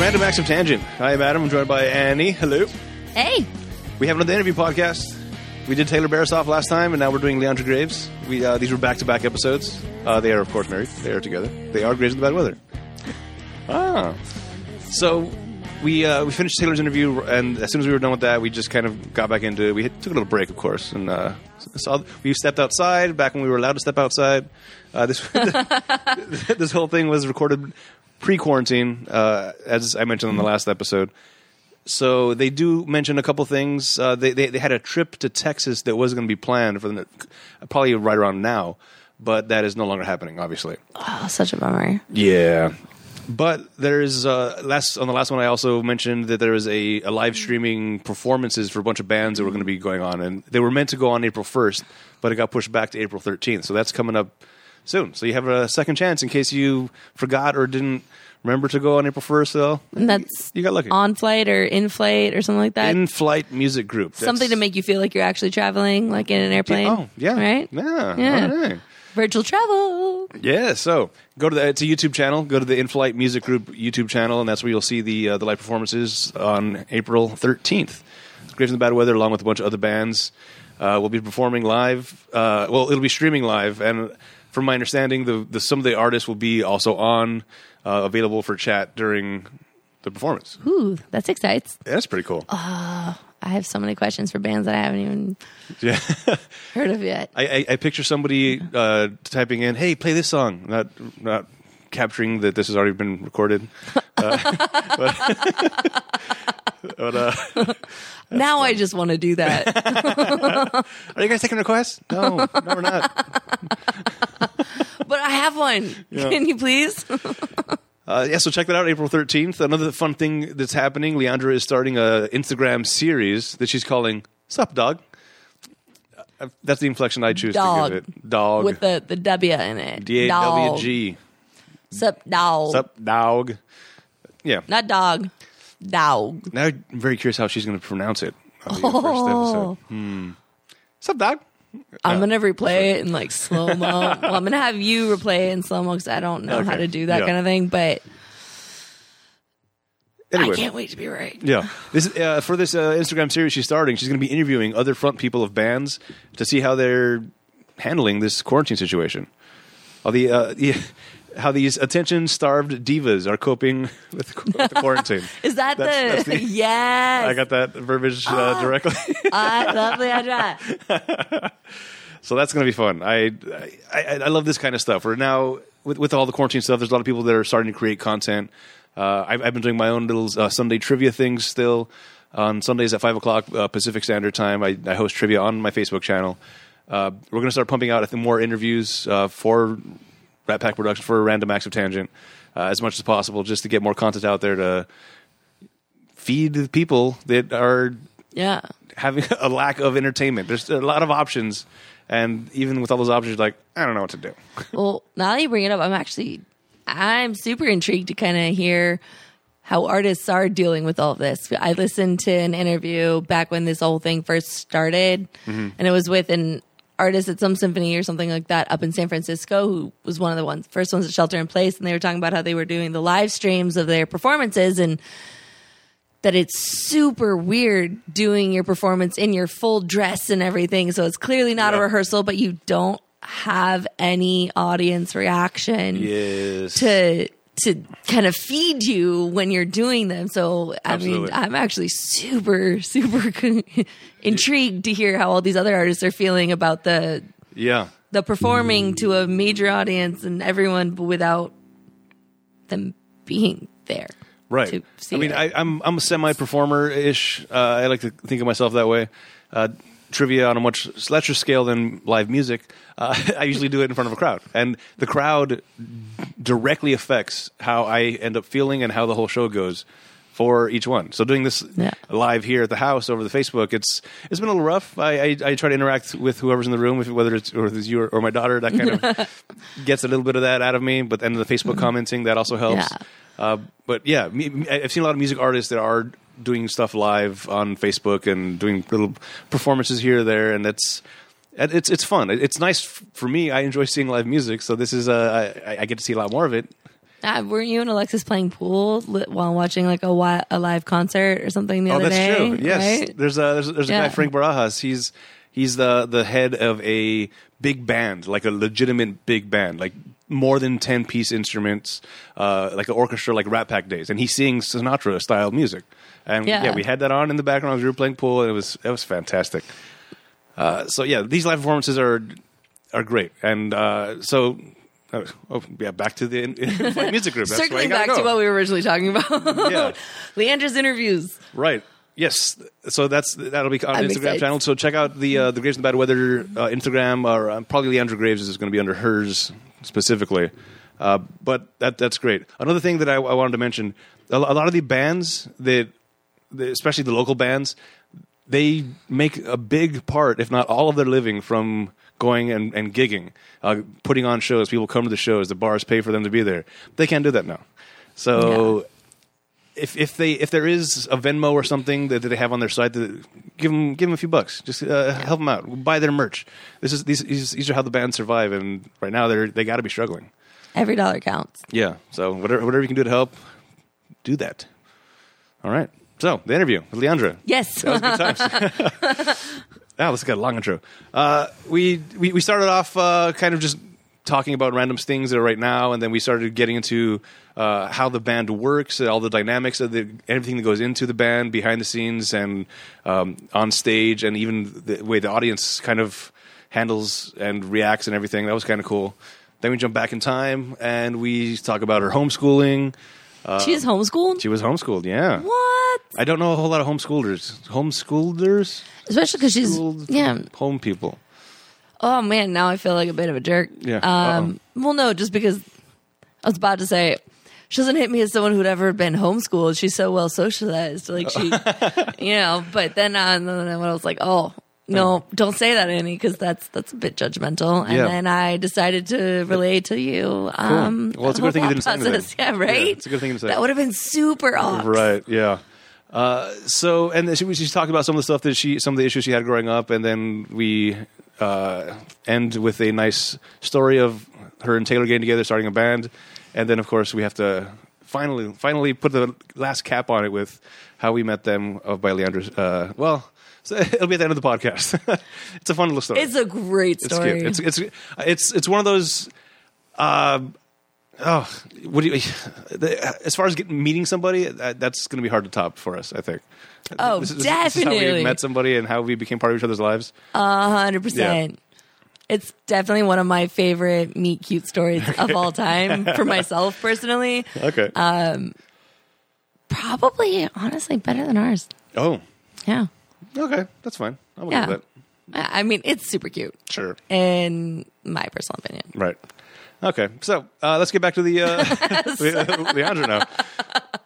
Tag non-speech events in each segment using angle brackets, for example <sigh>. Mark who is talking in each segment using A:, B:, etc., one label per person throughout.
A: Random Acts of Tangent. I am Adam. I'm joined by Annie. Hello.
B: Hey,
A: We have another interview podcast. We did Taylor Barisoff last time, and now we're doing Leandra Graves. We uh, these were back to back episodes. Uh, they are, of course, married. They are together. They are Graves in the Bad Weather. Ah. So we uh, we finished Taylor's interview, and as soon as we were done with that, we just kind of got back into. We had, took a little break, of course, and uh, saw, we stepped outside. Back when we were allowed to step outside, uh, this <laughs> this whole thing was recorded pre quarantine, uh, as I mentioned on the last episode. So they do mention a couple things. Uh, they, they they had a trip to Texas that was going to be planned for the probably right around now, but that is no longer happening, obviously.
B: oh, such a bummer.
A: Yeah. But there is uh, last on the last one. I also mentioned that there was a, a live streaming performances for a bunch of bands that were going to be going on, and they were meant to go on April first, but it got pushed back to April thirteenth. So that's coming up soon. So you have a second chance in case you forgot or didn't remember to go on April first. Though
B: And that's
A: you got lucky.
B: on flight or in flight or something like that.
A: in flight music group. That's-
B: something to make you feel like you're actually traveling, like in an airplane.
A: Oh yeah,
B: right.
A: Yeah,
B: Yeah.
A: All right.
B: Virtual travel.
A: Yeah, so go to the it's a YouTube channel. Go to the In Flight Music Group YouTube channel, and that's where you'll see the uh, the live performances on April thirteenth. Graves in the Bad Weather, along with a bunch of other bands, uh, will be performing live. Uh, well, it'll be streaming live, and from my understanding, the, the some of the artists will be also on uh, available for chat during the performance.
B: Ooh, that's excites.
A: Yeah, that's pretty cool.
B: Uh, I have so many questions for bands that I haven't even
A: Yeah.
B: heard of yet.
A: I, I, I picture somebody uh, typing in, "Hey, play this song," not not capturing that this has already been
B: <laughs>
A: recorded.
B: now I just want to do that.
A: <laughs> Are you guys taking requests? No,
B: <laughs>
A: no, we're not.
B: but I have one. Can you please?
A: Uh, yeah, so check that out, April thirteenth. Another fun thing that's happening: Leandra is starting a Instagram series that she's calling "Sup Dog." Uh, That's the inflection I choose
B: Dog.
A: to give it. Dog.
B: With the, the W in it.
A: D A W G.
B: Dog. Sup, dog.
A: Sup Dog. Yeah.
B: Not dog. Dog.
A: Now I'm very curious how she's going to pronounce it. On the first
B: Oh.
A: episode. Hmm. Sup Dog.
B: I'm gonna replay it in
A: <laughs>
B: like slow mo. well, I'm gonna have you replay it in slow mo because I don't know how
A: Okay.
B: to do that
A: Yeah.
B: kind of thing. But
A: Anyway.
B: I can't wait to be right.
A: Yeah, this uh, for this uh, Instagram series she's starting. She's going to be interviewing other front people of bands to see how they're handling this quarantine situation. All the, uh, <laughs> yeah, how these attention-starved divas are coping <laughs> with, the qu- with the quarantine.
B: Is that
A: That's-
B: the,
A: that's the-
B: <laughs> yes?
A: I got that verbiage uh, directly,
B: I
A: <laughs>
B: lovely idea.
A: so that's going to be fun. I, I I I love this kind of stuff. We're now with with all the quarantine stuff. There's a lot of people that are starting to create content. Uh, I've, I've been doing my own little uh, Sunday trivia things still. On Sundays at five o'clock uh, Pacific Standard Time, I, I host trivia on my Facebook channel. Uh, we're going to start pumping out I think, more interviews uh, for Rat Pack Production for Random Acts of Tangent uh, as much as possible, just to get more content out there to feed the people that are
B: Yeah.
A: having <laughs> a lack of entertainment. There's a lot of options, and even with all those options, you're like, I don't know what to do.
B: Well, now that you bring it up, I'm actually I'm super intrigued to kind of hear how artists are dealing with all of this. I listened to an interview back when this whole thing first started, and it was with an artist at some symphony or something like that up in San Francisco who was one of the ones first ones to shelter in place, and they were talking about how they were doing the live streams of their performances and that it's super weird doing your performance in your full dress and everything. So it's clearly not a
A: Yeah.
B: rehearsal, but you don't have any audience reaction
A: Yes.
B: to to kind of feed you when you're doing them. So I
A: Absolutely.
B: mean, I'm actually super super <laughs> intrigued to hear how all these other artists are feeling about the
A: yeah.
B: the performing to a major audience and everyone without them being there.
A: Right.
B: to see
A: I mean,
B: it.
A: I, I'm I'm a semi performer ish. Uh, I like to think of myself that way. Uh, trivia on a much lesser scale than live music. Uh, <laughs> I usually do it in front of a crowd, and the crowd directly affects how I end up feeling and how the whole show goes for each one. So doing this
B: Yeah.
A: live here at the house over the Facebook, it's it's been a little rough. I, I, I try to interact with whoever's in the room, if, whether it's or it's you or, or my daughter. That kind
B: <laughs>
A: of gets a little bit of that out of me. But then the Facebook commenting that also helps.
B: Yeah.
A: Uh, but yeah, me, me- I've seen a lot of music artists that are doing stuff live on Facebook and doing little performances here or there, and that's and it's it's fun. It- It's nice f- for me. I enjoy seeing live music, so this is uh, I, I get to see a lot more of it.
B: Uh, weren't you and Alexis playing pool li- while watching like a, wi- a live concert or something the
A: Oh,
B: other
A: that's
B: day?
A: true. Yes,
B: right?
A: there's a there's, there's a
B: Yeah.
A: guy Frank Barajas. He's he's the the head of a big band, like a legitimate big band, like more than ten piece instruments, uh, like an orchestra, like Rat Pack days, and he sings Sinatra style music. And yeah.
B: Yeah.
A: we had that on in the background as we were playing pool, and it was it was fantastic. Uh, so yeah, these live performances are are great, and uh, so. Oh, oh, yeah, back to the <laughs> in, in music group. That's why you
B: <laughs> Circling
A: gotta
B: back to
A: go.
B: what we were originally talking about.
A: <laughs> Yeah.
B: Leandra's interviews.
A: Right. Yes. So that's that'll be on
B: I'm
A: Instagram
B: excited.
A: channel. So check out the uh, the Graves and Bad Weather uh, Instagram or um, probably Leandra Graves is going to be under hers specifically. Uh, but that that's great. Another thing that I, I wanted to mention: a, lo- a lot of the bands that, the, especially the local bands, they make a big part, if not all of their living, from going and, and gigging, uh, putting on shows. People come to the shows. The bars pay for them to be there. They can't do that now. So if if they if there is a Venmo or something that, that they have on their site, that, give them give them a few bucks. Just uh, help them out. Buy their merch. This is these these, these are how the bands survive, and right now they're they got to be struggling.
B: Every dollar counts.
A: Yeah. So whatever whatever you can do to help, do that. All right. So the interview with Leandra.
B: Yes.
A: That was good times. <laughs> Wow, this has got a long intro. Uh, we, we we started off uh, kind of just talking about random things that are right now, and then we started getting into uh, how the band works, all the dynamics of the everything that goes into the band, behind the scenes, and um, on stage, and even the way the audience kind of handles and reacts and everything. That was kind of cool. Then we jump back in time and we talk about her homeschooling.
B: <laughs> She's homeschooled?
A: She was homeschooled, yeah.
B: what?
A: I don't know a whole lot of homeschoolers. Homeschoolers?
B: Especially because she's,
A: Homeschooled
B: yeah.
A: Home people.
B: Oh, man, now I feel like a bit of a jerk.
A: Yeah.
B: Um, well, no, just because I was about to say, she doesn't hit me as someone who'd ever been homeschooled. She's so well socialized.
A: <laughs>
B: Like she, you know, but then, uh, and then when I was like, oh, no, don't say that, Annie, because that's that's a bit judgmental. And
A: Yeah.
B: then I decided to relate to you. Um,
A: Well, it's a
B: that
A: good thing you
B: whole
A: didn't say anything.
B: process. <laughs> Yeah, right.
A: Yeah, it's a good thing you didn't say.
B: That would have been super off.
A: Right. Yeah. Uh, so, and then she, she talked about some of the stuff that she, some of the issues she had growing up, and then we uh, end with a nice story of her and Taylor getting together, starting a band, and then of course we have to finally, finally put the last cap on it with how we met them of by Leandra. Uh, well, <laughs> so it'll be at the end of the podcast. <laughs> it's a fun little story.
B: It's a great
A: It's
B: story.
A: good. It's it's it's it's one of those. Uh, oh, what do you? <sighs> the- As far as getting, meeting somebody, that, that's going to be hard to top for us. I think.
B: Oh,
A: This is- this is how we
B: definitely.
A: met somebody and how we became part of each other's lives.
B: A hundred percent. It's definitely one of my favorite meet cute stories of all time for myself personally.
A: Okay.
B: Uh, Probably, honestly, better than ours.
A: oh,
B: Yeah,
A: okay, that's fine. I'm okay
B: yeah.
A: with
B: I I mean, it's super cute,
A: that. Sure.
B: in my personal opinion.
A: Right. Okay. So uh, let's get back to the
B: <laughs>
A: uh, <laughs> Le- Leandra now.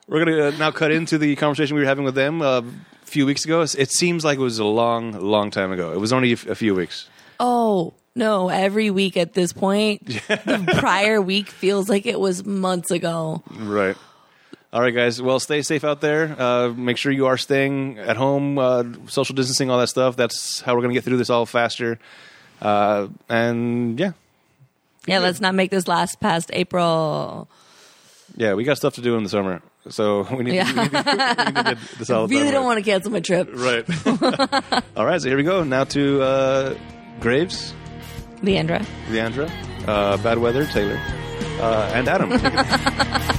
A: We're going to uh, now cut into the conversation we were having with them uh, a few weeks ago. It seems like it was a long, long time ago. It was only a f- a few weeks.
B: Oh no! Every week at this point, the prior week feels like it was months ago.
A: Right. All right, guys. Well, stay safe out there. Uh, make sure you are staying at home, uh, social distancing, all that stuff. That's how we're going to get through this all faster. Uh, and yeah,
B: Yeah, let's not make this last past April.
A: yeah, we got stuff to do in the summer, so <laughs> we need,
B: Yeah.
A: we need, to- we need to get this
B: <laughs>
A: all.
B: Really don't want to cancel my trip.
A: Right. <laughs> all right. So here we go. Now to uh, Graves,
B: Leandra.
A: Leandra, uh, Bad Weather, Taylor, uh, and Adam.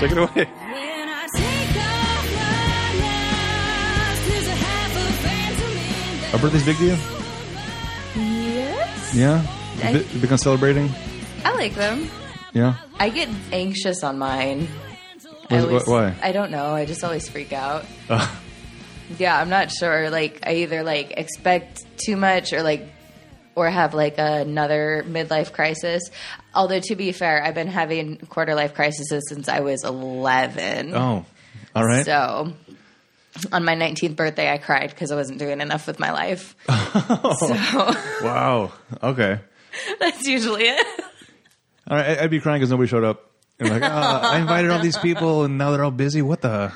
A: Take it away.
C: When I take off my mask, there's a half a phantom in
A: Our birthday's big to you?
D: Yes.
A: Yeah.
D: You be-
A: become celebrating.
D: I like them.
A: Yeah.
D: I get anxious on mine. I
A: Wh- wh- why?
D: I don't know. I just always freak out.
A: Uh,
D: Yeah, I'm not sure. Like I either like expect too much or like or have like another midlife crisis. Although to be fair, I've been having quarter life crises since I was 11.
A: oh, all right.
D: So on my 19th birthday, I cried because I wasn't doing enough with my life. <laughs> So
A: wow. Okay.
D: that's usually it.
E: "Ah,
A: All right. I- I'd be crying because nobody showed up. And like, oh, I invited all these people, and now they're all busy. What the?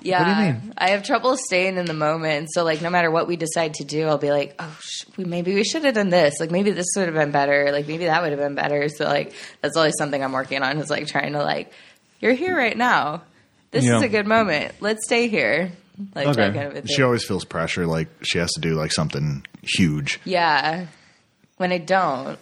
D: Yeah.
E: What do you mean?
D: I have trouble staying in the moment. So, like, no matter what we decide to do, I'll be like, oh, sh- we, maybe we should have done this. Like, maybe this would have been better. Like, maybe that would have been better. So, like, that's always something I'm working on is like trying to, like, you're here right now. This
E: Yeah.
D: is a good moment. Let's stay here. Like, that
E: Okay.
D: kind of a thing.
F: She always feels pressure, like she has to do like something huge.
D: Yeah. When I don't.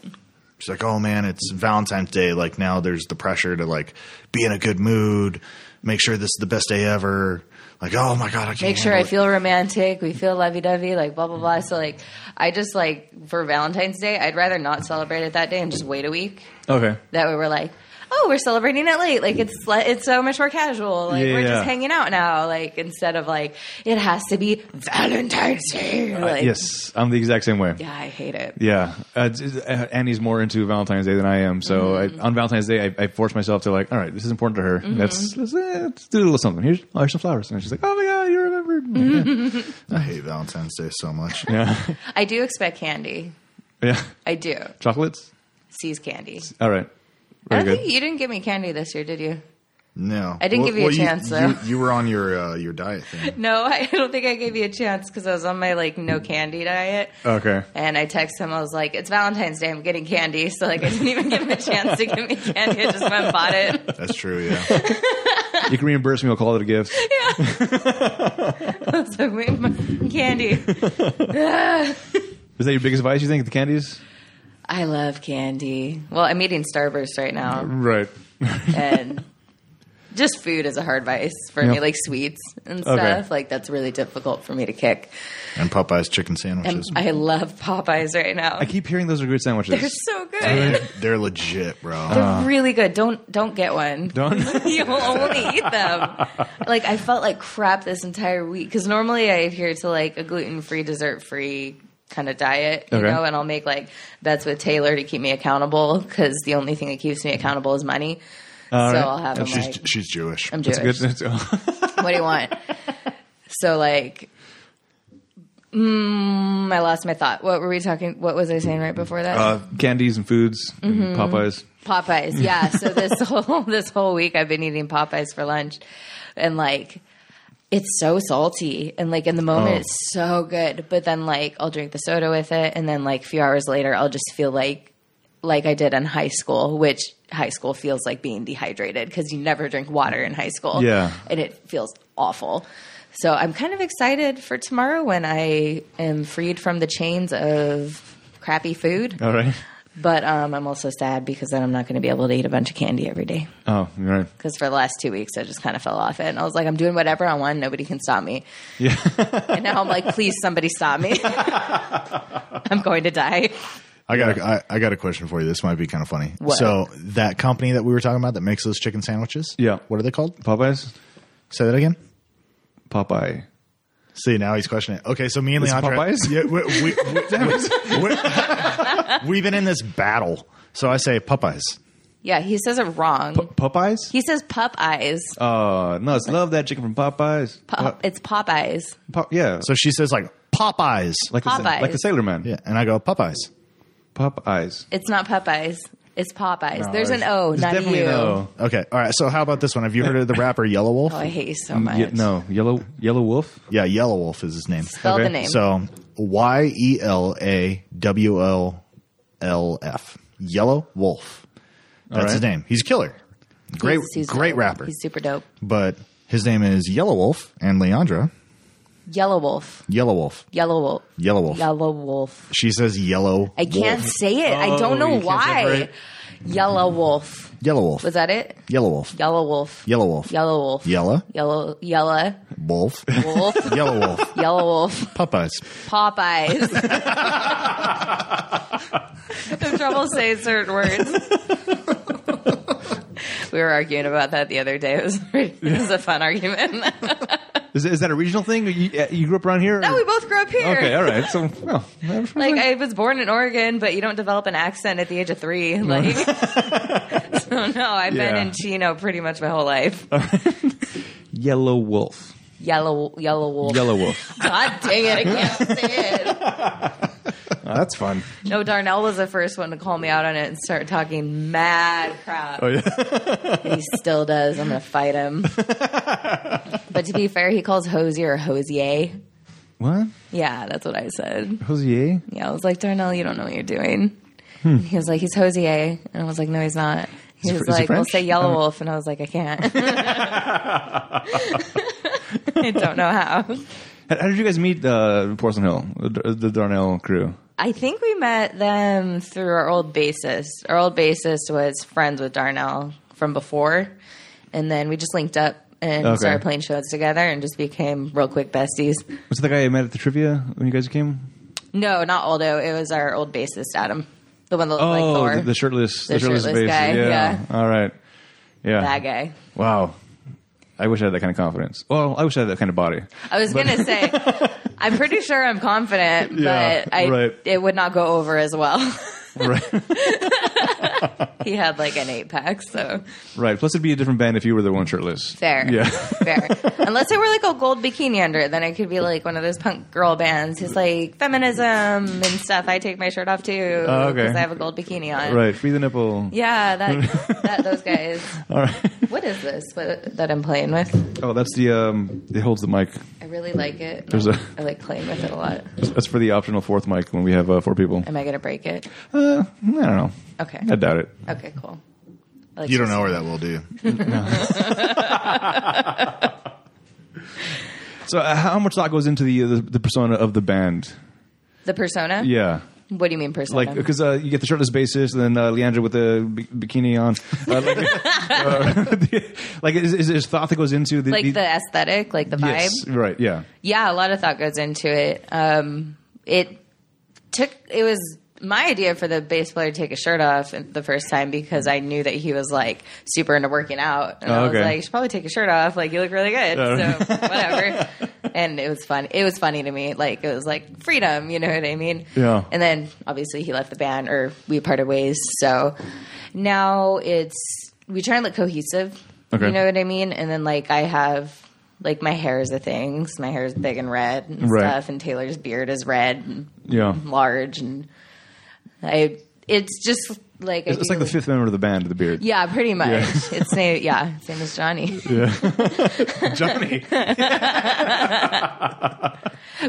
F: She's like, "Oh man, it's Valentine's Day. Like now, there's the pressure to like be in a good mood, make sure this is the best day ever. Like, oh my god, I can't
D: make sure I
F: handle it."
D: feel romantic. We feel lovey dovey, like blah blah blah. So like, I just like for Valentine's Day, I'd rather not celebrate it that day and just wait a week.
E: Okay.
D: That way, we're like, oh, we're celebrating it late. Like it's le- it's so much more casual. Like
E: Yeah,
D: we're
E: yeah.
D: just hanging out now. Like instead of like it has to be Valentine's Day. Like,
E: Uh, Yes, I'm the exact same way.
D: Yeah, I hate it.
E: Yeah, uh, it's- it's- uh, Annie's more into Valentine's Day than I am. So
D: Mm-hmm.
E: I, on Valentine's Day, I, I force myself to like, all right, this is important to her. Let's let's, eh, let's do a little something. Here's, oh, here's some flowers, and she's like, oh my god, you
D: Mm-hmm.
E: remembered?
F: I hate Valentine's Day so much.
E: yeah,
D: I do expect candy.
E: yeah,
D: I do.
E: chocolates.
D: Seize candy.
E: All right,
D: I
E: very
D: don't
E: good.
D: think you didn't give me candy this year, did you?
F: No,
D: I didn't give you a chance, though.
F: You, you were on your uh, your diet thing.
D: No, <laughs> I don't think I gave you a chance because I was on my like no candy diet.
E: okay,
D: And I texted him. I was like, "It's Valentine's Day. I'm getting candy." So like, I didn't even give him a chance to give me candy. I just went and bought it. <laughs>
F: That's true. Yeah,
E: you can reimburse me. I'll call it a gift.
D: <laughs> I was like, "Wait, my candy.
E: Is that your biggest vice? You think the candies?
D: I love candy. Well, I'm eating Starburst right now,
E: Right. Mm-hmm.
D: and <laughs> just food is a hard vice for
E: Yeah.
D: me, like sweets and
E: Okay.
D: stuff. Like that's really difficult for me to kick.
F: and Popeye's chicken
D: And
F: sandwiches.
D: I love Popeyes right now.
E: I keep hearing those are good sandwiches.
D: They're so good.
F: They're legit, bro.
E: uh,
D: They're really good. Don't don't get one.
E: Done.
D: <laughs> You'll only eat them. Like I felt like crap this entire week because normally I adhere to like a gluten free, dessert free kind of diet, you
E: Okay.
D: know, and I'll make like bets with Taylor to keep me accountable because the only thing that keeps me accountable is money. so
E: right.
D: I'll have him
F: she's
D: like,
F: she's Jewish.
D: I'm
E: That's
D: Jewish.
E: <laughs> good.
D: What do you want? so like. Mm, I lost my thought. What were we talking? What was I saying right before that?
E: uh, candies and foods, and
D: Mm-hmm.
E: Popeyes.
D: Popeyes. Yeah. So this <laughs> whole this whole week I've been eating Popeyes for lunch, and like it's so salty, and like in the moment
E: Oh.
D: it's so good, but then like I'll drink the soda with it, and then like a few hours later I'll just feel like like I did in high school, which high school feels like being dehydrated because you never drink water in high school.
E: Yeah.
D: and it feels awful. So I'm kind of excited for tomorrow when I am freed from the chains of crappy food.
E: All right.
D: But um, I'm also sad because then I'm not going to be able to eat a bunch of candy every day.
E: Oh, all right.
D: Because for the last two weeks, I just kind of fell off it. And I was like, I'm doing whatever I want. Nobody can stop me.
E: Yeah.
D: <laughs> And now I'm like, please, somebody stop me. <laughs> I'm going to die.
F: I got a, I, I got a question for you. This might be kind of funny.
D: What?
F: So that company that we were talking about that makes those chicken sandwiches.
E: Yeah.
F: What are they called?
E: Popeyes.
F: Say that again.
E: Popeye.
F: See now he's questioning. it. Okay, so me and
E: It's
F: Leandra,
E: Popeyes?
F: yeah, we, have been in this battle. So I say Popeyes.
D: Yeah, he says it wrong.
E: Popeyes.
D: he says pup eyes.
E: Uh, no, it's love that chicken from Popeyes.
D: Pop, it's pop eyes.
E: Pop, yeah,
F: So she says like Popeyes.
E: like the,
D: Popeyes.
E: like the Sailor Man.
F: yeah, and I go Popeyes.
E: Popeyes.
D: It's not Popeyes. It's Popeyes.
E: No,
D: There's an
E: it's-
D: O,
E: it's
D: not a
E: definitely
D: U.
E: an O.
F: Okay, all right. So how about this one? Have you heard of the rapper Yellow Wolf?
D: <laughs> Oh, I hate you so much.
E: Ye- no, yellow yellow wolf.
F: Yeah, Yellow Wolf is his name.
D: Spell
E: Okay.
D: the name.
F: So Y E L A W L L F. Yellow Wolf. That's
E: right.
F: his name. He's a killer. Great,
D: He's- he's
F: great
D: dope.
F: rapper.
D: He's super dope.
F: but his name is Yellow Wolf and Leandra.
D: Yellow wolf.
F: Yellow Wolf.
D: Yellow wolf.
F: Yellow Wolf.
D: Yellow wolf.
F: She says Yellow.
D: I can't
F: Wolf.
D: say it. I
E: Oh,
D: don't know
E: you can't
D: why.
E: separate.
D: Yellow wolf.
F: Yellow Wolf.
D: Was that it?
F: Yellow Wolf.
D: Yellow wolf.
F: Yellow Wolf.
D: Yellow wolf.
F: Yellow
D: Yellow yellow
F: Wolf.
D: wolf.
F: Yellow Wolf.
D: Yellow wolf.
F: Popeyes.
E: <laughs>
D: Popeyes. Have trouble saying certain words. we were arguing about that the other day. It was, <laughs> it was a
E: <laughs>
D: fun argument.
E: Is, is that a regional thing? You, uh, you grew up around here?
D: no, we both grew up here.
E: Okay, all right. So, well,
D: Like I was born in Oregon, but you don't develop an accent at the age of three. Like, <laughs> so no, I've
E: Yeah.
D: been in Chino pretty much my whole life.
E: yellow wolf.
D: <laughs> Yellow, yellow wolf.
E: Yellow wolf. <laughs>
D: God dang it! I can't say it.
E: That's fun.
D: No, Darnell was the first one to call me out on it and start talking mad crap.
E: Oh, yeah.
D: <laughs> And he still does. I'm going to
E: <laughs>
D: fight him. but to be fair, he calls Hosier Hosier.
E: What?
D: Yeah, that's what I said.
E: Hosier?
D: Yeah, I was like, Darnell, you don't know what you're doing. And He was like, he's Hosier. And I was like, no, he's not. He
E: he
D: was
E: fr- Hmm. is he
D: like, we'll
E: French?
D: say Yellow
E: Uh,
D: Wolf. And I was like, I can't. <laughs> I don't know how.
E: How, how did you guys meet uh, Porcelain Hill, the, the Darnell crew?
D: I think we met them through our old bassist. Our old bassist was friends with Darnell from before, and then we just linked up and
E: Okay.
D: started playing shows together and just became real quick besties.
E: Was it the guy I met at the trivia when you guys came?
D: No, not Aldo. It was our old bassist Adam, the one that looked
E: Oh,
D: like Thor.
E: the, the shirtless, the,
D: The
E: shirtless,
D: shirtless
E: bass.
D: guy,
E: Yeah.
D: yeah.
E: All right. Yeah.
D: that guy.
E: Wow. I wish I had that kind of confidence. Well, I wish I had that kind of
D: <laughs>
E: body.
D: I was gonna say, I'm pretty sure I'm
E: <laughs>
D: confident,
E: Yeah,
D: but I
E: right.
D: it would not go over as well. <laughs>
E: right.
D: he had like an eight pack, so
E: Right. Plus, it'd be a different band if you were the one shirtless.
D: Fair.
E: Yeah.
D: <laughs> Fair. Unless I wore like a gold bikini under it, then I could be like one of those punk girl bands who's like feminism and stuff. I take my shirt off too because
E: Oh, okay.
D: I have a gold bikini on.
E: right. Free the nipple. <laughs>
D: Yeah, that, that those guys.
E: All right.
D: What is this what, that I'm playing with?
E: Oh, that's the um. It holds the mic.
D: I really like it.
E: There's a- <laughs>
D: I like playing with it a lot.
E: That's for the optional fourth mic when we have uh, four people.
D: Am I gonna break it?
E: Uh, I don't know.
D: Okay.
E: I doubt it.
D: Okay, cool. I like
F: You don't
D: this.
F: know where that will do.
E: So, uh, how much thought goes into the, uh, the the persona of the band?
D: the persona.
E: Yeah.
D: What do you mean persona?
E: Like, because uh, you get the shirtless bassist, and then uh, Leandra with the bi- bikini on. Uh,
D: <laughs>
E: like, uh, <laughs> like, is, is there thought that goes into the
D: Like the aesthetic, like the vibe.
E: yes, right? Yeah,
D: yeah, a lot of thought goes into it. Um, it took it was my idea for the bass player to take a shirt off the first time because I knew that he was like super into working out, and
E: Oh,
D: I was
E: okay.
D: like, "You should probably take your shirt off. Like, you look really good."
E: Oh. <laughs>
D: So whatever. and it was fun. It was funny to me. Like it was like freedom. You know what I mean?
E: Yeah.
D: And then obviously he left the band, or we parted ways. So now it's we try and look cohesive.
E: Okay.
D: You know what I mean? And then like I have like my hair is a thing. 'cause my hair is big and red and
E: Right.
D: stuff, and Taylor's beard is red and
E: yeah.
D: large, and I. It's just like I
E: It's, it's
D: do-
E: like the fifth member of the band, the
D: <laughs>
E: beard.
D: Yeah, pretty much. It's name, yeah, same as
E: <laughs>
D: Johnny. <laughs>
E: Johnny.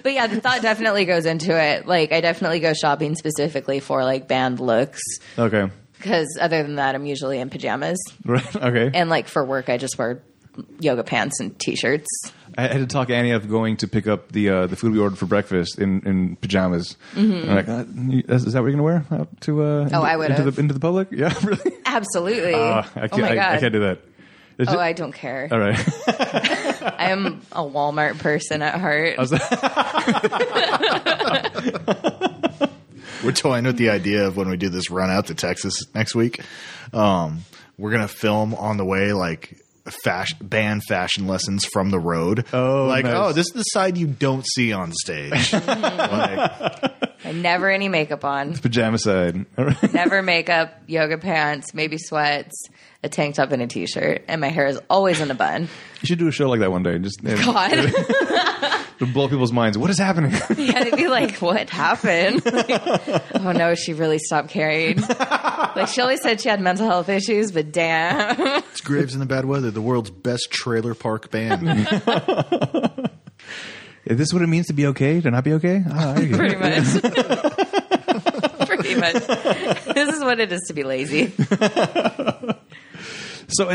D: But yeah, the thought definitely goes into it. Like I definitely go shopping specifically for like band looks
E: <laughs> okay.
D: because other than that, I'm usually in pajamas.
E: Right. Okay.
D: And like for work, I just wear yoga pants and t-shirts.
E: I had to talk Annie up going to pick up the uh, the food we ordered for breakfast in, in pajamas. And I'm like, uh, you- is is that what you're gonna wear out to? Uh, into,
D: Mm-hmm. Oh, I would
E: into
D: have.
E: the into the public. Yeah, <laughs> really.
D: Absolutely.
E: Uh, I can't,
D: oh my god.
E: I, I can't do Uh, that. It's
D: oh,
E: ju-
D: I don't care.
E: all right. <laughs>
D: I am a Walmart person at heart.
F: We're toying with the idea of when we do this run out to Texas next week. Um, we're gonna film on the way, like fashion band fashion lessons from the road.
E: Oh,
F: like
E: nice.
F: oh, this is the side you don't see on <laughs> stage. like,
D: And never any makeup on.
E: Pajama side. All right.
D: Never makeup, yoga pants, maybe sweats, a tank top and a t-shirt, and my hair is always in a bun. <laughs>
E: You should do a show like that one day. Just uh,
D: God.
E: to blow people's minds. What is
D: <laughs>
E: happening?
D: yeah, they'd be like, "What happened?" Like, oh no, she really stopped caring. Like she always said she had mental health issues, but damn.
F: it's Graves in the Bad Weather, the world's best trailer park band.
E: is this what it means to be okay? To not be okay? Ah, there you go.
D: <laughs> pretty much. pretty much. This is what it is to
E: <laughs>
D: be lazy.
E: So uh,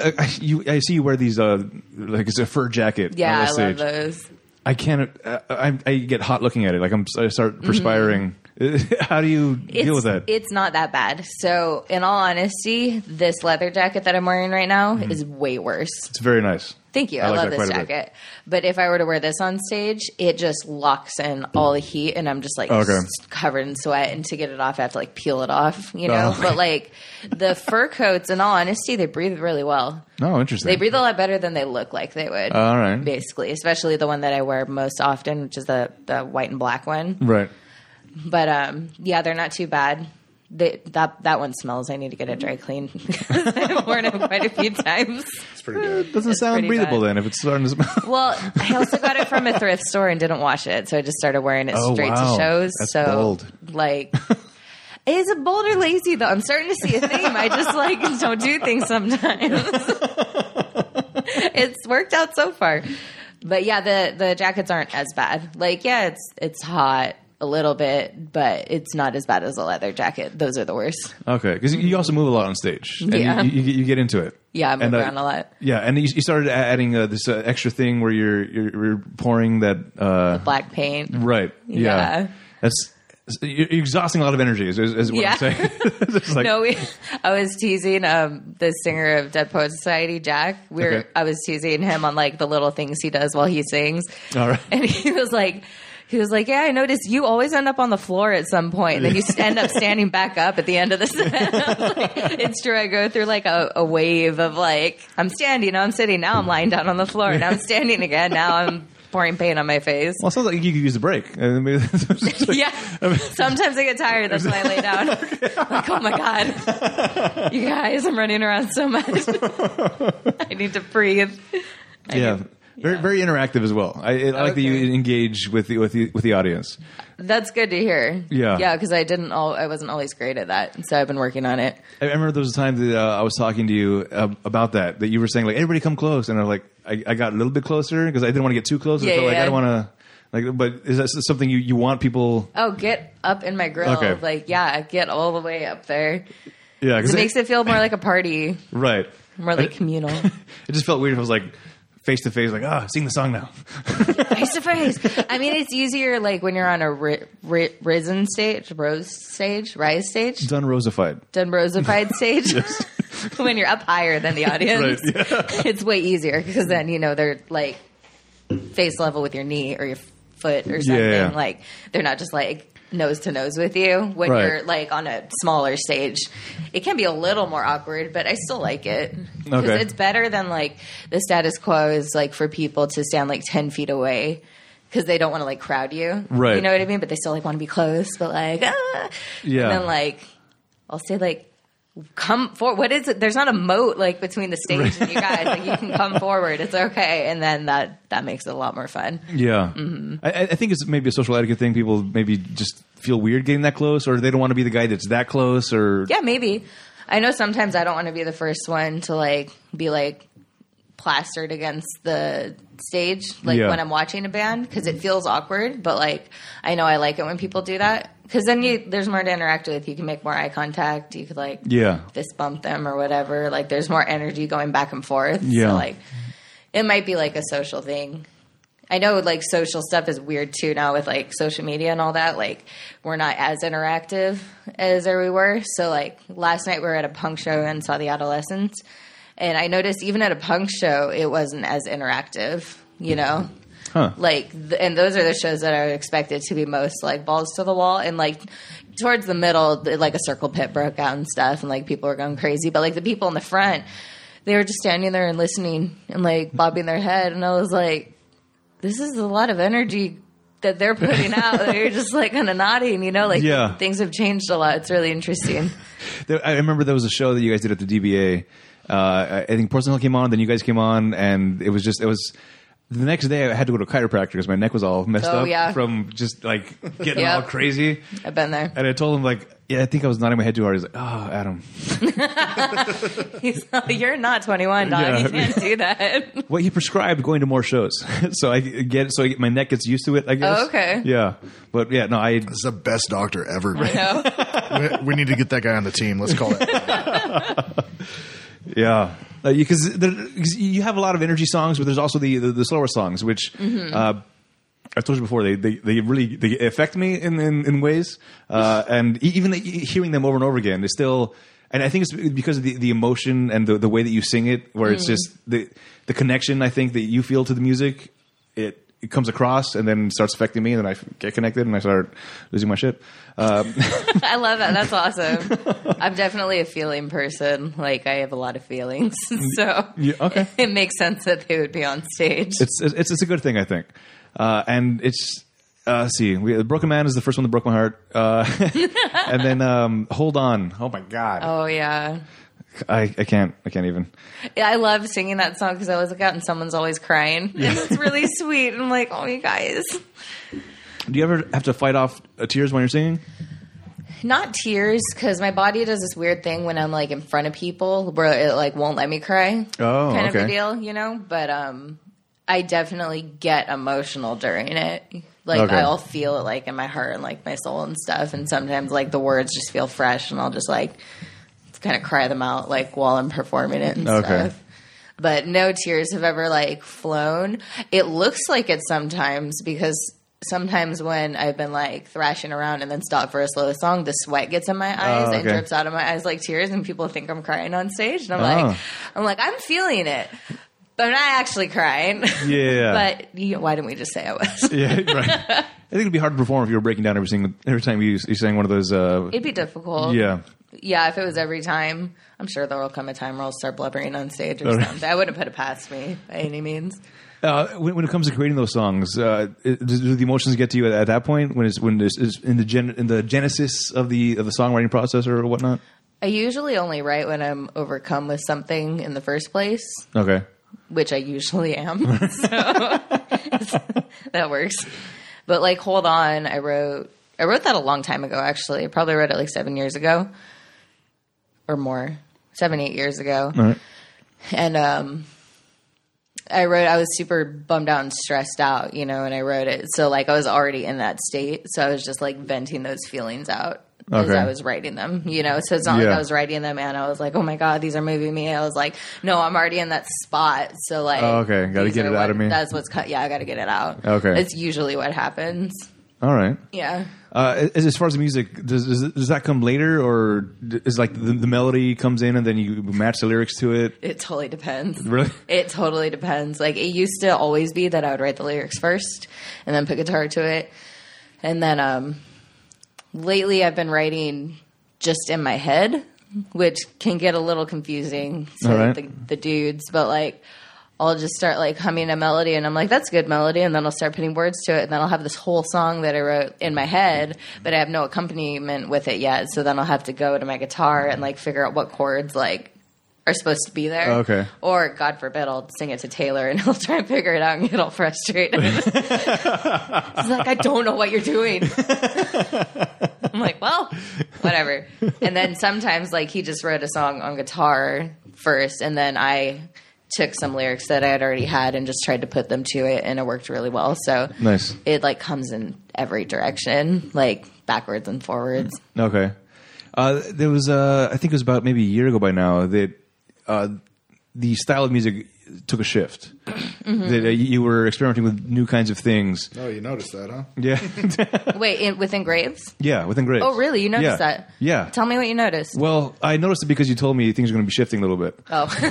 E: uh, uh, you, I see you wear these uh, like it's a fur jacket.
D: Yeah,
E: on
D: I love
E: stage.
D: those.
E: I can't. Uh, I, I get hot looking at it. Like I'm, I start perspiring. <laughs> How do you deal with that?
D: Mm-hmm. It's not that bad. So, in all honesty, this leather jacket that I'm wearing right now is way worse.
E: it's very nice.
D: Thank you.
E: Mm-hmm. I
D: I,
E: like
D: love
E: that
D: this
E: quite a bit.
D: jacket. But if I were to wear this on stage, it just locks in all the heat and I'm just like
E: Okay.
D: s- covered in sweat. And to get it off, I have to like peel it off, you know?
E: Oh.
D: But like the fur coats, in all honesty, they breathe really well.
E: Oh, interesting.
D: They breathe a lot better than they look like they would.
E: All right.
D: Basically, especially the one that I wear most often, which is the, the white and black one.
E: Right.
D: But um, yeah, they're not too bad. They, that that one smells. I need to get it dry cleaned. <laughs> I've worn it quite a few times.
A: It's pretty good.
E: Doesn't
D: It's
E: sound
D: pretty
E: breathable
D: bad.
E: then if it's starting to
D: <laughs>
E: smell.
D: Well, I also got it from a thrift store and didn't wash it, so I just started wearing it
E: Oh,
D: straight
E: wow.
D: to shows.
E: That's
D: so,
E: bold. <laughs>
D: like, is it bold or lazy though? I'm starting to see a theme. I just like <laughs> don't do things sometimes. <laughs> it's worked out so far, but yeah, the the jackets aren't as bad. Like, yeah, it's it's hot a little bit, but it's not as bad as a leather jacket. Those are the worst.
E: okay, because you also move a lot on stage. And you-
D: Yeah.
E: you, you, you get into it.
D: Yeah, I move
E: And, uh,
D: around a lot.
E: Yeah, and you, you started a- adding uh, this uh, extra thing where you're you're, you're pouring that uh,
D: Black paint.
E: right. Yeah,
D: Yeah.
E: that's you're exhausting a lot of energy. Is, is, is what
D: Yeah.
E: I'm saying. <laughs> It's like-
D: no, we, <laughs> I was teasing um, the singer of Dead Poet Society, Jack. We were,
E: Okay.
D: I was teasing him on like the little things he does while he sings,
E: All right.
D: and he was like. He was like, "Yeah, I noticed you always end up on the floor at some point, and then you end up standing back up at the end of the <laughs> set." <laughs> I was like, it's true. I go through like a, a wave of like, I'm standing, now I'm sitting, now I'm lying down on the floor,
E: <laughs>
D: now I'm standing again, now I'm pouring paint on my face.
E: Well, it sounds like you could use a break. I mean, <laughs> it's like-
D: Yeah. Sometimes I get tired. That's why I lay down. Like, oh my God. You guys, I'm running around so much. <laughs> I need to breathe.
E: yeah. Very, very interactive as well. I, I like that you
D: Okay.
E: engage with the with the with the audience.
D: That's good to hear.
E: Yeah.
D: Yeah, because I didn't all I wasn't always great at that. So I've been working on it.
E: I remember there was a time that uh, I was talking to you uh, about that. That you were saying like, "Everybody come close," and I like, I, I got a little bit closer because I didn't want to get too close. I
D: Yeah,
E: felt like
D: yeah.
E: I don't want to. Like, but is that something you, you want people?
D: Oh, get up in my grill.
E: Okay.
D: Like, yeah, get all the way up there.
E: Yeah, because
D: It makes it feel more like a party,
E: right.
D: more like communal.
E: It just felt weird. if I was like face to face, like ah, sing the song now. <laughs>
D: face to face. I mean, it's easier like when you're on a ri- ri- risen stage, rose stage, rise stage.
E: It's unrosified. <laughs>
D: Dunrosified stage. <laughs> when you're up higher than the audience, <laughs>
E: Right,
D: it's way easier because then you know they're like face level with your knee or your foot or something.
E: yeah.
D: Like they're not just like nose to nose with you when
E: Right.
D: you're like on a smaller stage. It can be a little more awkward, but I still like it because
E: Okay.
D: it's better than like the status quo is like for people to stand like ten feet away. Because they don't want to like crowd you,
E: Right.
D: You know what I mean. But they still like want to be close, but like, ah.
E: Yeah.
D: And then like I'll say like come for what is it there's not a moat like between the stage and you guys like you can
E: <laughs>
D: come forward it's okay and then that that makes it a lot more fun
E: Yeah,
D: Mm-hmm.
E: I, I I think it's maybe a social etiquette thing. People maybe just feel weird getting that close, or they don't want to be the guy that's that close, or
D: yeah maybe i know sometimes i don't want to be the first one to like be like plastered against the stage like
E: Yeah.
D: when i'm watching a band because it feels awkward but like i know i like it when people do that because then you there's more to interact with you can make more eye contact you could like
E: yeah.
D: fist bump them or whatever. Like there's more energy going back and forth.
E: Yeah.
D: So like it might be like a social thing. I know like social stuff is weird too now with like social media and all that. Like we're not as interactive as we were. So like last night we were at a punk show and saw the adolescents and I noticed even at a punk show it wasn't as interactive, you know?
E: Huh.
D: like th- and those are the shows that are expected to be most like balls to the wall and like towards the middle th- like a circle pit broke out and stuff and like people were going crazy but like the people in the front they were just standing there and listening and like bobbing their head and i was like this is a lot of energy that they're putting
E: <laughs>
D: out that you're just like kind of nodding you know like
E: Yeah.
D: things have changed a lot it's really interesting
E: There, I remember there was a show that you guys did at the DBA. Uh, I- I think Porcelain Hill came on, then you guys came on, and it was just it was. The next day, I had to go to a chiropractor because my neck was all messed
D: Oh,
E: up
D: yeah.
E: from just like getting
D: Yeah.
E: all crazy.
D: i've been there
E: And I told him like, yeah, I think I was nodding my head too hard. He's like, oh, Adam,
D: <laughs> He's like, you're not 21 dog
E: Yeah.
D: you can't do that <laughs>
E: what you prescribed going to more shows. <laughs> so I get so I get, my neck gets used to it. I guess.
D: Oh, okay.
E: Yeah, but yeah, no, I
F: It's the best doctor ever.
D: you know
F: we, we need to get that guy on the team. Let's call it.
E: Yeah, because you have a lot of energy songs, but there's also the the, the slower songs, which uh, I told you before they, they, they really they affect me in in, in ways, uh, and e- even the- e- hearing them over and over again is still. And I think it's because of the, the emotion and the, the way that you sing it, where it's just the the connection I think that you feel to the music, it, it comes across and then starts affecting me, and then I get connected and I start losing my shit. Um,
D: <laughs> I love that. That's awesome. I'm definitely a feeling person. Like I have a lot of feelings, <laughs> so
E: yeah, okay.
D: it makes sense that they would be on stage.
E: it's it's it's a good thing I think, uh, and it's Uh, let's see, we, the Broken Man is the first one that broke my heart, uh, <laughs> and then um, Hold On. Oh my God,
D: Oh yeah.
E: I, I can't, I can't even.
D: Yeah, I love singing that song because I always look out and someone's always crying. And it's really sweet. And I'm like, oh, you guys.
E: Do you ever have to fight off uh, tears when you're singing?
D: Not tears because my body does this weird thing when I'm like in front of people where it like won't let me cry.
E: Oh,
D: kind of
E: okay.
D: a deal, you know? But um, I definitely get emotional during it. Like
E: Okay.
D: I'll feel it like in my heart and like my soul and stuff. And sometimes like the words just feel fresh and I'll just like kind of cry them out like while I'm performing it and
E: Okay.
D: stuff. But no tears have ever like flown. It looks like it sometimes because sometimes when I've been like thrashing around and then stop for a slow song, the sweat gets in my eyes and
E: Oh, okay.
D: drips out of my eyes like tears, and people think I'm crying on stage, and I'm
E: Oh.
D: like, I'm like, I'm feeling it, but I'm not actually <laughs> crying.
E: Yeah.
D: but you, why didn't we just say I was?
E: Yeah, <laughs> right. I think it'd be hard to perform if you were breaking down every single every time you you sang one of those. Uh,
D: It'd be difficult.
E: yeah,
D: Yeah, if it was every time, I'm sure there will come a time where I'll start blubbering on stage or
E: <laughs> Okay.
D: something. I wouldn't put it past me by any means.
E: uh, when, when it comes to creating those songs, uh, it- do, do the emotions get to you at, at that point when it's when it's, it's in the gen, in the genesis of the of the songwriting process or whatnot?
D: I usually only write when I'm overcome with something in the first place,
E: Okay,
D: which I usually am. <laughs> so that works. But like, hold on. I wrote I wrote that a long time ago. Actually, I probably wrote it like seven years ago, or more, seven eight years ago.
E: all right.
D: And um, I wrote. I was super bummed out and stressed out, you know. And I wrote it, so like I was already in that state. So I was just like venting those feelings out as
E: Okay.
D: I was writing them, you know. So it's not like
E: Yeah.
D: I was writing them and I was like, oh my god, these are moving me. I was like, no, I'm already in that spot. So like,
E: Oh, okay. Gotta
D: these
E: get
D: are
E: it out
D: what-
E: of me.
D: That's what's cut. Yeah, I got to get it out.
E: Okay.
D: it's usually what happens.
E: All right.
D: Yeah.
E: Uh, as, as far as the music, does, does does that come later, or d- is like the, the melody comes in and then you match the lyrics to it?
D: It totally depends.
E: Really?
D: It totally depends. Like it used to always be that I would write the lyrics first and then put guitar to it. And then um lately I've been writing just in my head, which can get a little confusing to
E: All right.
D: the, the dudes, but like I'll just start like humming a melody and I'm like, that's a good melody. And then I'll start putting words to it. And then I'll have this whole song that I wrote in my head, but I have no accompaniment with it yet. So then I'll have to go to my guitar and like figure out what chords like are supposed to be there.
E: Oh, Okay.
D: Or God forbid, I'll sing it to Taylor and <laughs> he'll try and figure it out and get
E: <laughs>
D: all frustrated. He's like, I don't know what you're doing. <laughs> I'm like, well, whatever. And then sometimes, like, he just wrote a song on guitar first, and then I took some lyrics that I had already had and just tried to put them to it, and it worked really well. So
E: Nice.
D: It like comes in every direction, like backwards and
E: <laughs>
D: forwards.
E: Okay. Uh, there was, uh, I think it was about maybe a year ago by now that uh, the style of music took a shift.
D: Mm-hmm.
E: That uh, you were experimenting with new kinds of things.
F: Oh, you noticed that, huh?
E: Yeah,
D: Wait, in, within graves?
E: <laughs> yeah, within grades.
D: Oh, really? You noticed
E: yeah.
D: that?
E: Yeah.
D: Tell me what you noticed.
E: well, I noticed it because you told me things are going to be shifting a little bit.
D: Oh, <laughs>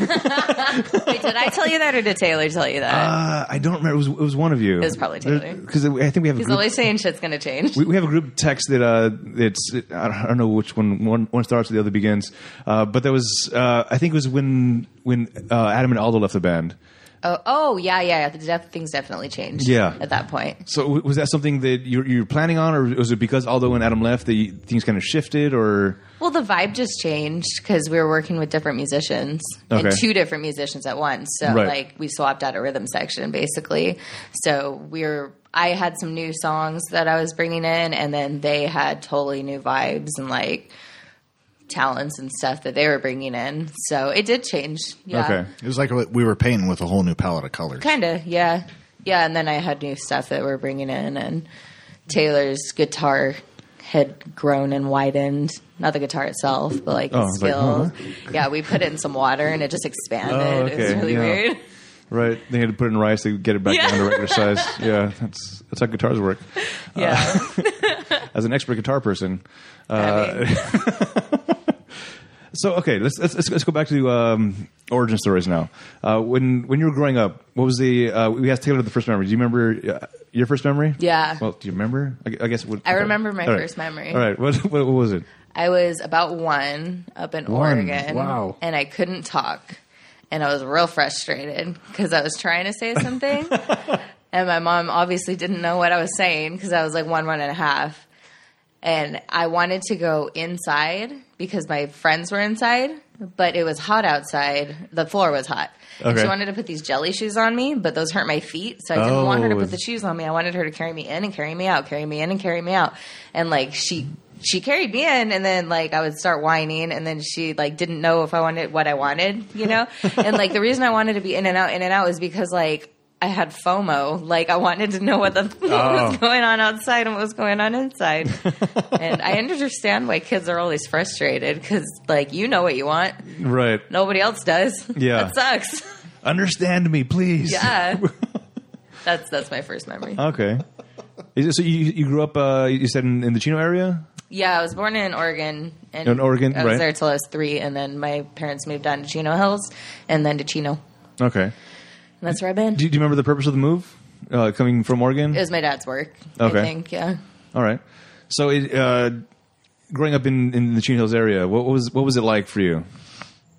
D: Wait, did I tell you that, or did Taylor tell you that?
E: Uh, I don't remember. It was, it was one of you. It
D: was probably Taylor.
E: Because I think we have a
D: He's
E: group,
D: always saying shit's gonna change.
E: we, we have a group text that uh, it's I don't- I don't know which one one, one starts the other begins. Uh, but there was uh, I think it was when when uh, Adam and Aldo left the band.
D: Oh, oh yeah, yeah, yeah. The def- things definitely changed.
E: Yeah.
D: at that point.
E: So w- was that something that you're, you're planning on, or was it because Aldo and Adam left that you, things kind of shifted, or
D: Well, the vibe just changed because we were working with different musicians
E: Okay.
D: and two different musicians at once. So
E: Right.
D: like we swapped out a rhythm section basically. So we're I had some new songs that I was bringing in, and then they had totally new vibes and like talents and stuff that they were bringing in. So it did change. Yeah.
E: okay,
F: It was like we were painting with a whole new palette of colors.
D: Kind of, yeah. Yeah, and then I had new stuff that we're bringing in, and Taylor's guitar had grown and widened. Not the guitar itself, but like
E: Oh, I
D: the
E: was like,
D: skills. Yeah, we put it in some water and it just expanded.
E: Oh,
D: It was
E: okay,
D: really
E: yeah.
D: weird. <laughs>
E: right? They had to put it in rice to get it back
D: Yeah.
E: down to regular size.
D: <laughs>
E: Yeah, that's that's how guitars work.
D: Yeah.
E: As an expert guitar person, Uh,
D: I mean,
E: so okay, let's let's let's, let's go back to um, origin stories now. Uh, when when you were growing up, what was the uh, we asked Taylor the first memory? Do you remember uh, your first memory?
D: Yeah.
E: Well, do you remember? I, gu- I guess. What,
D: I
E: okay.
D: remember my
E: All right.
D: first memory.
E: All right. What what, what was it?
D: I was about one up in
E: One.
D: Oregon.
E: Wow.
D: And
E: <laughs>
D: I couldn't talk. And I was real frustrated because I was trying to say something. And my mom obviously didn't know what I was saying because I was like one, one and a half. And I wanted to go inside because my friends were inside, but it was hot outside. The floor was hot. And she
E: Okay.
D: wanted to put these jelly shoes on me, but those hurt my feet. So I didn't want her to
E: Oh.
D: put the shoes on me. I wanted her to carry me in and carry me out, carry me in and carry me out. And like she she carried me in and then like I would start whining and then she like didn't know if I wanted what I wanted,
E: <laughs>
D: you know? and like the reason I wanted to be in and out in and out is because like I had FOMO. Like I wanted to know what the <laughs> what
E: Oh.
D: was going on outside and what was going on
E: <laughs>
D: inside. and I understand why kids are always frustrated cuz like you know what you want.
E: Right.
D: Nobody else does.
E: Yeah.
D: That sucks.
E: <laughs> Understand me, please.
D: Yeah. that's that's my first memory.
E: Okay. Is it, so you, you grew up, uh, you said in, in the Chino area?
D: Yeah, I was born in Oregon. And
E: In Oregon,
D: I was
E: right.
D: there till I was three, and then my parents moved on to Chino Hills, and then to Chino. And
E: Okay.
D: that's where I've been.
E: Do you, do you remember the purpose of the move? Uh, coming from Oregon?
D: it was my dad's work,
E: Okay.
D: I think. Yeah,
E: All right. So, it, uh, growing up in, in the Chino Hills area, what was what was it like for you?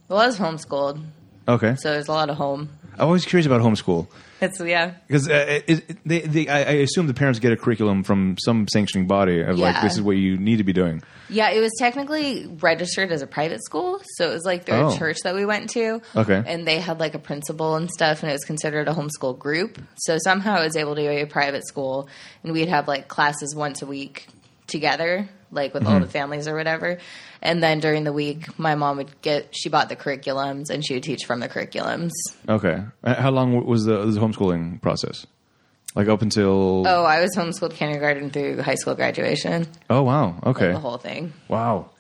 D: well, I was homeschooled,
E: Okay.
D: so there's a lot of home.
E: I'm always curious about homeschool
D: It's yeah,
E: because uh, it- it- they, they, I, I assume the parents get a curriculum from some sanctioning body of like
D: Yeah.
E: this is what you need to be doing.
D: yeah. It was technically registered as a private school, so it was like through
E: Oh.
D: a church that we went to.
E: Okay.
D: and they had like a principal and stuff, and it was considered a homeschool group. So somehow I was able to go to a private school, and we'd have like classes once a week together, like with
E: Mm-hmm.
D: all the families or whatever. And then during the week, my mom would get she bought the curriculums, and she would teach from the curriculums.
E: Okay. Uh, How long w- was the, was the homeschooling process? Like up until
D: Oh, I was homeschooled kindergarten through high school graduation,
E: oh wow okay
D: the whole thing.
E: wow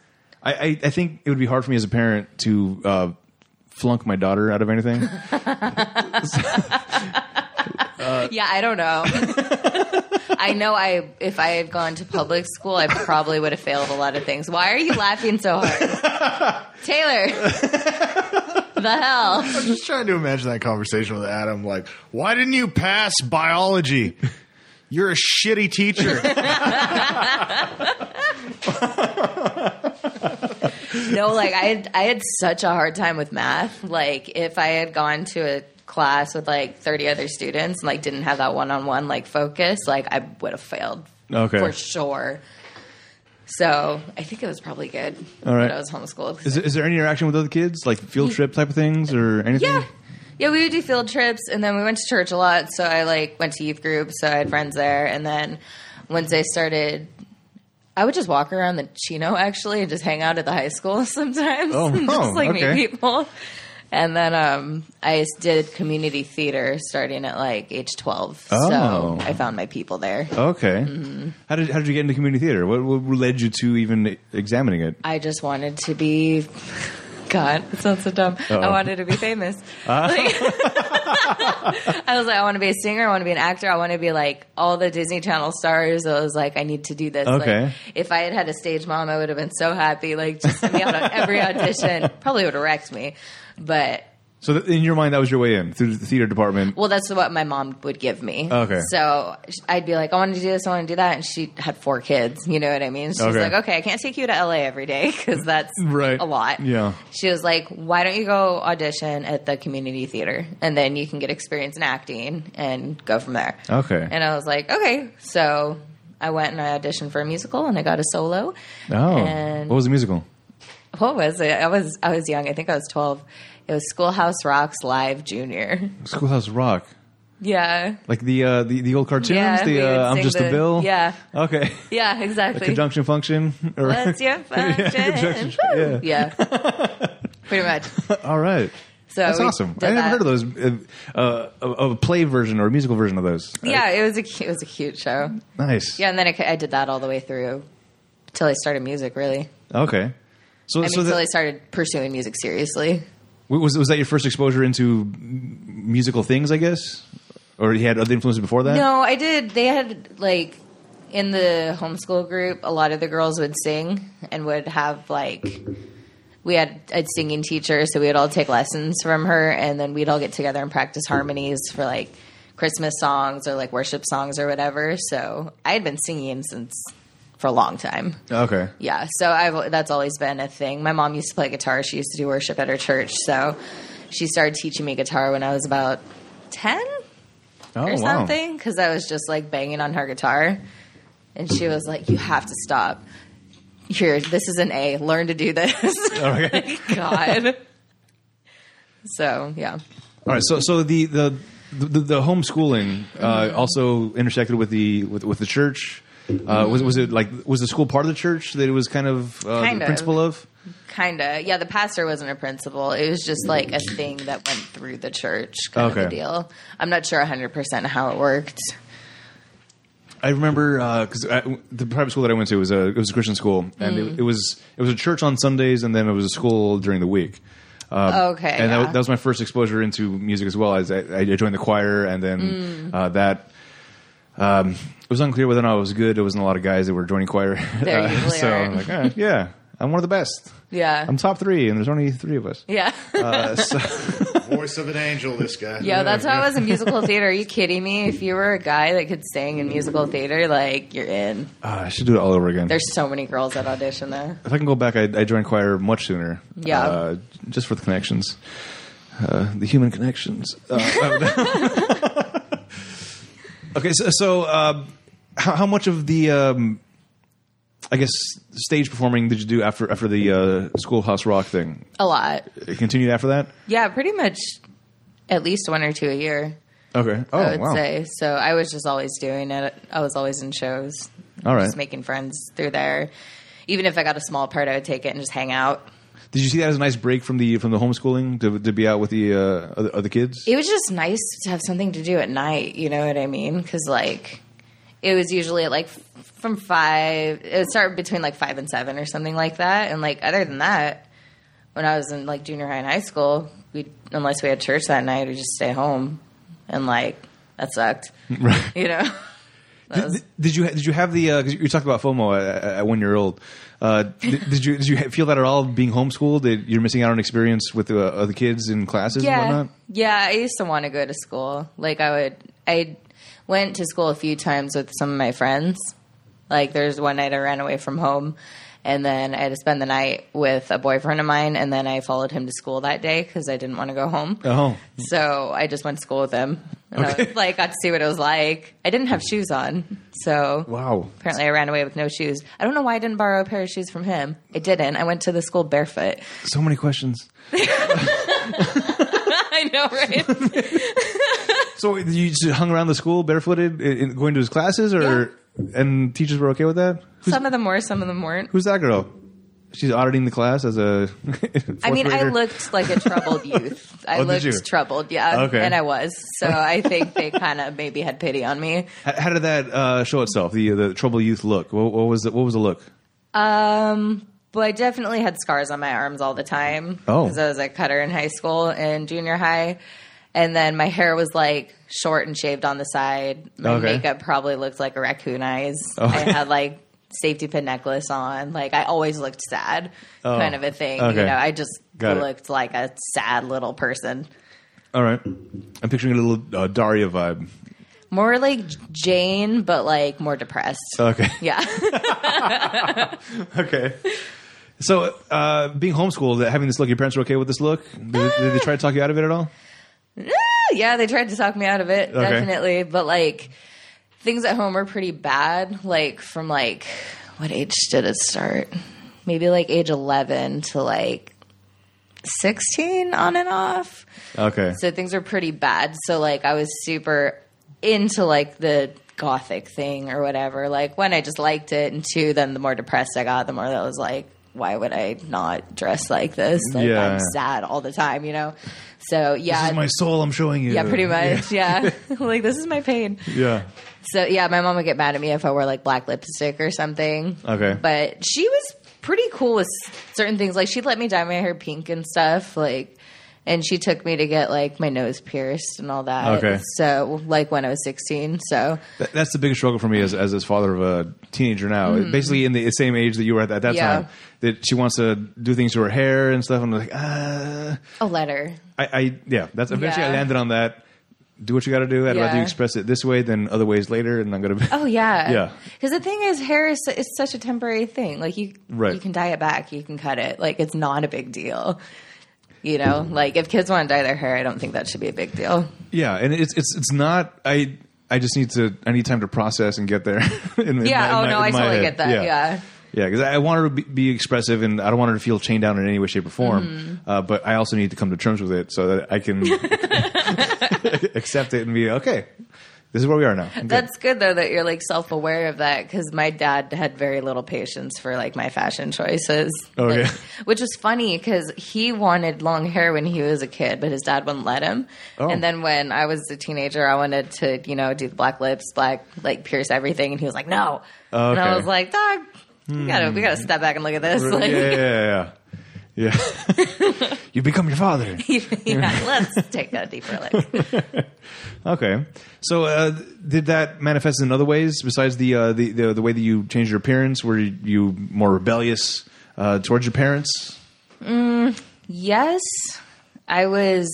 E: I, I I think it would be hard for me as a parent to uh, flunk my daughter out of
D: <laughs>
E: anything.
D: Yeah, I don't
E: <laughs>
D: know. I know I if I had gone to public school, I probably would have failed a lot of things. Why are you laughing so hard?
E: <laughs>
D: Taylor. the hell?
F: I'm just trying to imagine that conversation with Adam. Like, why didn't you pass <laughs> biology? You're a shitty teacher.
D: <laughs> No, like I had I had such a hard time with math. Like if I had gone to a class with like 30 other students and like didn't have that one-on-one like focus, like I would have failed
E: Okay.
D: for sure. So, I think it was probably good
E: All right.
D: that I was homeschooled. 'cause
E: Is, there- is there any interaction with other kids, like field trip type of things or anything?
D: Yeah. Yeah, we would do field trips and then we went to church a lot. So I like went to youth group, so I had friends there. And then once I started I would just walk around the Chino actually and just hang out at the high school <laughs> sometimes.
E: Oh,
D: and just
E: oh,
D: like
E: okay.
D: meet people. And then um, I s- did community theater starting at like age twelve.
E: Oh.
D: So I found my people there.
E: Okay.
D: Mm-hmm.
E: How did how did you get into community theater? What, what led you to even examining it?
D: I just wanted to be. God, it sounds so dumb. I wanted to be famous. Like- <laughs> I was like, I want to be a singer. I want to be an actor. I want to be like all the Disney Channel stars. I was like, I need to do this.
E: Okay.
D: Like, if I had had a stage mom, I would have been so happy. Like, just send me out on every audition. Probably would have wrecked me. But
E: So th- in your mind, that was your way in through the theater department.
D: well, that's what my mom would give me.
E: Okay.
D: So sh- I'd be like, I want to do this, I want to do that. And she had four kids. You know what I mean? She's
E: Okay.
D: like, okay, I can't take you to LA every day <laughs> because that's
E: Right.
D: a lot.
E: Yeah.
D: She was like, why don't you go audition at the community theater? And then you can get experience in acting and go from there.
E: Okay.
D: And I was like, okay. So I went and I auditioned for a musical and I got a solo.
E: oh,
D: and-
E: what was the musical?
D: What was it? I was I was young. I think I was 12. It was Schoolhouse Rocks Live Junior. <laughs>
E: Schoolhouse Rock,
D: Yeah.
E: like the uh, the, the old cartoons.
D: we
E: the
D: would
E: uh, I'm
D: sing
E: just
D: the-
E: a bill.
D: Yeah, <laughs>
E: Okay.
D: yeah, exactly.
E: Conjunction function. Or
D: <laughs> What's your function?
E: <laughs> Yeah, conjunction.
D: Woo!
E: <laughs> Yeah.
D: Yeah,
E: <laughs>
D: pretty much.
E: All right.
D: So
E: That's
D: we
E: awesome.
D: did
E: I never
D: that.
E: heard of those. Uh, uh, a, a play version or a musical version of those.
D: Yeah, it was a cu- it was a cute show.
E: Nice.
D: Yeah, and then I, ca- I did that all the way through till I started music. Really,
E: Okay. So,
D: I mean,
E: so
D: till
E: that,
D: I started pursuing music seriously.
E: was was that your first exposure into m- musical things? I guess, or you had other influences before that?
D: No, I did. They had like in the homeschool group, a lot of the girls would sing and would have like we had a singing teacher, so we would all take lessons from her, and then we'd all get together and practice harmonies for like Christmas songs or like worship songs or whatever. So I had been singing since for a long time.
E: Okay.
D: Yeah, so I've that's always been a thing. My mom used to play guitar. She used to do worship at her church, so she started teaching me guitar when I was about ten.
E: Oh, wow.
D: or something because I was just like banging on her guitar, and she was like, "You have to stop. Here, this is an A. Learn to
E: <laughs>
D: do this." <laughs> God. so yeah,
E: All right. So so the the the, the homeschooling uh, also intersected with the with, with the church. Uh, was was it like was the school part of the church that it was kind of uh,
D: Kind
E: the
D: of.
E: principal of?
D: kinda. Yeah, the pastor wasn't a principal. It was just like a thing that went through the church kind of a
E: Okay.
D: deal. I'm not sure 100 percent how it worked.
E: I remember because the private school that I went to was a it was a Christian school, and
D: Hmm.
E: it, it was it was a church on Sundays, and then it was a school during the week. Uh,
D: Okay,
E: and that,
D: yeah.
E: wa- that was my first exposure into music as well. As I, I joined the choir, and then
D: Mm.
E: uh, that um, it was unclear whether or not I was good. There wasn't a lot of guys that were joining choir, <laughs>
D: There
E: Uh,
D: usually
E: so
D: are.
E: I'm like, "Eh, yeah, I'm one of the best.
D: Yeah.
E: I'm top three, and there's only three of
D: <laughs>
E: us.
D: yeah.
E: Uh, so-
F: Voice of an angel, this guy.
D: Yo, that's how
E: <laughs>
D: it was in musical theater. Are you kidding me? If you were a guy that could sing in musical theater, like you're in.
E: Ah, I should do it all over again.
D: There's so many girls that audition there.
E: if I can go back, I, I joined choir much sooner.
D: Yeah.
E: uh, just for the connections, uh, the human connections. Uh, <laughs> okay, so, so uh, how, how much of the, um, I guess, stage performing did you do after after the uh, schoolhouse rock thing?
D: A lot.
E: It continued after that.
D: Yeah, pretty much at least one or two a year,
E: Okay. Oh
D: I would
E: wow.
D: say. So I was just always doing it. I was always in shows.
E: All right.
D: Just making friends through there. Even if I got a small part, I would take it and just hang out.
E: Did you see that as a nice break from the from the homeschooling to, to be out with the uh, other, other kids?
D: It was just nice to have something to do at night, you know what I mean? Because, like, it was usually at like f- from five, it would start between like five and seven or something like that. And, like, other than that, when I was in like junior high and high school, we unless we had church that night, we just stay home. And, like, that sucked.
E: Right.
D: you know. That was-
E: Did, did you did you have the? Uh, 'cause you talked about FOMO at, at one year old. Uh, did, did you did you feel that at all? Being homeschooled, that you're missing out on experience with uh, other kids in classes and
D: yeah,
E: whatnot.
D: yeah. I used to want to go to school. Like I would, I went to school a few times with some of my friends. Like there's one night I ran away from home, and then I had to spend the night with a boyfriend of mine, and then I followed him to school that day because I didn't want to go home.
E: Oh,
D: So I just went to school with him. And I
E: Okay.
D: was, like got to see what it was like. I didn't have shoes on, so
E: wow.
D: Apparently, I ran away with no shoes. I don't know why I didn't borrow a pair of shoes from him. I didn't. I went to the school barefoot.
E: So many questions.
D: <laughs> I know, right?
E: So you just hung around the school barefooted, in, in- going to his classes, or and teachers were okay with that.
D: <laughs> some of them were, some of them weren't.
E: Who's that girl? She's auditing the class as a. <laughs>
D: I mean,
E: fourth
D: I
E: grader.
D: looked like
E: <laughs>
D: a troubled youth. I
E: Oh, did
D: looked
E: you?
D: troubled, yeah,
E: Okay.
D: and I was.
E: <laughs>
D: So I think they kind of maybe had pity on me.
E: How, how did that uh, show itself? The the trouble youth look. What, what was the, what was the look?
D: Um, but I definitely had scars on my arms all the time.
E: Oh.
D: because I was a cutter in high school and junior high, and then my hair was like short and shaved on the side. My
E: Okay. Oh.
D: makeup probably looked like a raccoon eyes. I had like safety pin necklace on. Like I always looked sad,
E: Oh,
D: kind of a thing.
E: okay.
D: You know, I just
E: Got it.
D: looked like a sad little person.
E: All right, I'm picturing a little uh, Daria vibe.
D: More like Jane, but like more depressed.
E: Okay.
D: yeah. <laughs>
E: okay. So, uh, being homeschooled, having this look, your parents were okay with this look? Did, did they try to talk you out of it at all?
D: Ah, yeah, they tried to talk me out of it, definitely. But like things at home are pretty bad. Like from like what age did it start? Maybe like age eleven to like sixteen on and off.
E: Okay.
D: So things were pretty bad. So like I was super into like the gothic thing or whatever. Like one, I just liked it, and two, then the more depressed I got, the more that was like, why would I not dress like this? Like
E: Yeah.
D: I'm sad all the time, you know. So yeah,
E: this is my soul I'm showing you.
D: yeah, pretty much. Yeah. <laughs> like, this is my pain.
E: Yeah.
D: So, yeah, my mom would get mad at me if I wore like black lipstick or something.
E: Okay.
D: But she was pretty cool with certain things. Like, she'd let me dye my hair pink and stuff. Like, and she took me to get like my nose pierced and all that.
E: Okay.
D: So, like when I was 16. So,
E: Th- that's the biggest struggle for me as, as as father of a teenager now. Basically, in the same age that you were at, at that
D: Mm-hmm. Yeah.
E: time, that she wants to do things to her hair and stuff. And I'm like, ah.
D: a letter.
E: I, I yeah, that's eventually I
D: Yeah.
E: landed on that. Do what you got to do. I'd rather you
D: Yeah.
E: express it this way than other ways later. And I'm going
D: <laughs>
E: to be.
D: Oh, yeah.
E: Yeah.
D: Because the thing is, hair is, is such a temporary thing. Like, you,
E: Right.
D: you can dye it back, you can cut it. Like, it's not a big deal. You know, like if kids want to dye their hair, I don't think that should be a big deal.
E: Yeah, and it's it's it's not. I I just need to. I need time to process and get there. <laughs> in, in
D: Yeah.
E: my- in
D: oh
E: my-
D: no,
E: in my
D: I totally
E: head.
D: get that. yeah.
E: Yeah, because I want her to be, be expressive, and I don't want her to feel chained down in any way, shape, or form.
D: Mm-hmm.
E: Uh, but I also need to come to terms with it so that I
D: <laughs>
E: can accept it and be okay. This is where we are now. Okay.
D: That's good though that you're like self aware of that because my dad had very little patience for like my fashion choices.
E: Oh,
D: Like,
E: yeah.
D: Which was funny because he wanted long hair when he was a kid, but his dad wouldn't let him.
E: Oh.
D: And then when I was a teenager, I wanted to, you know, do the black lips, black, like pierce everything. And he was like, no.
E: Oh,
D: And I
E: okay. Hmm.
D: was like, dog, we gotta, we gotta step back and look at this. <laughs> Like,
E: yeah, yeah, yeah, yeah.
D: <laughs>
E: Yeah. <laughs> you become your father. <laughs>
D: yeah, let's take a deeper look.
E: Okay. So, uh, did that manifest in other ways besides the uh, the, the the way that you changed your appearance? Were you more rebellious uh, towards your parents?
D: Yes, I was.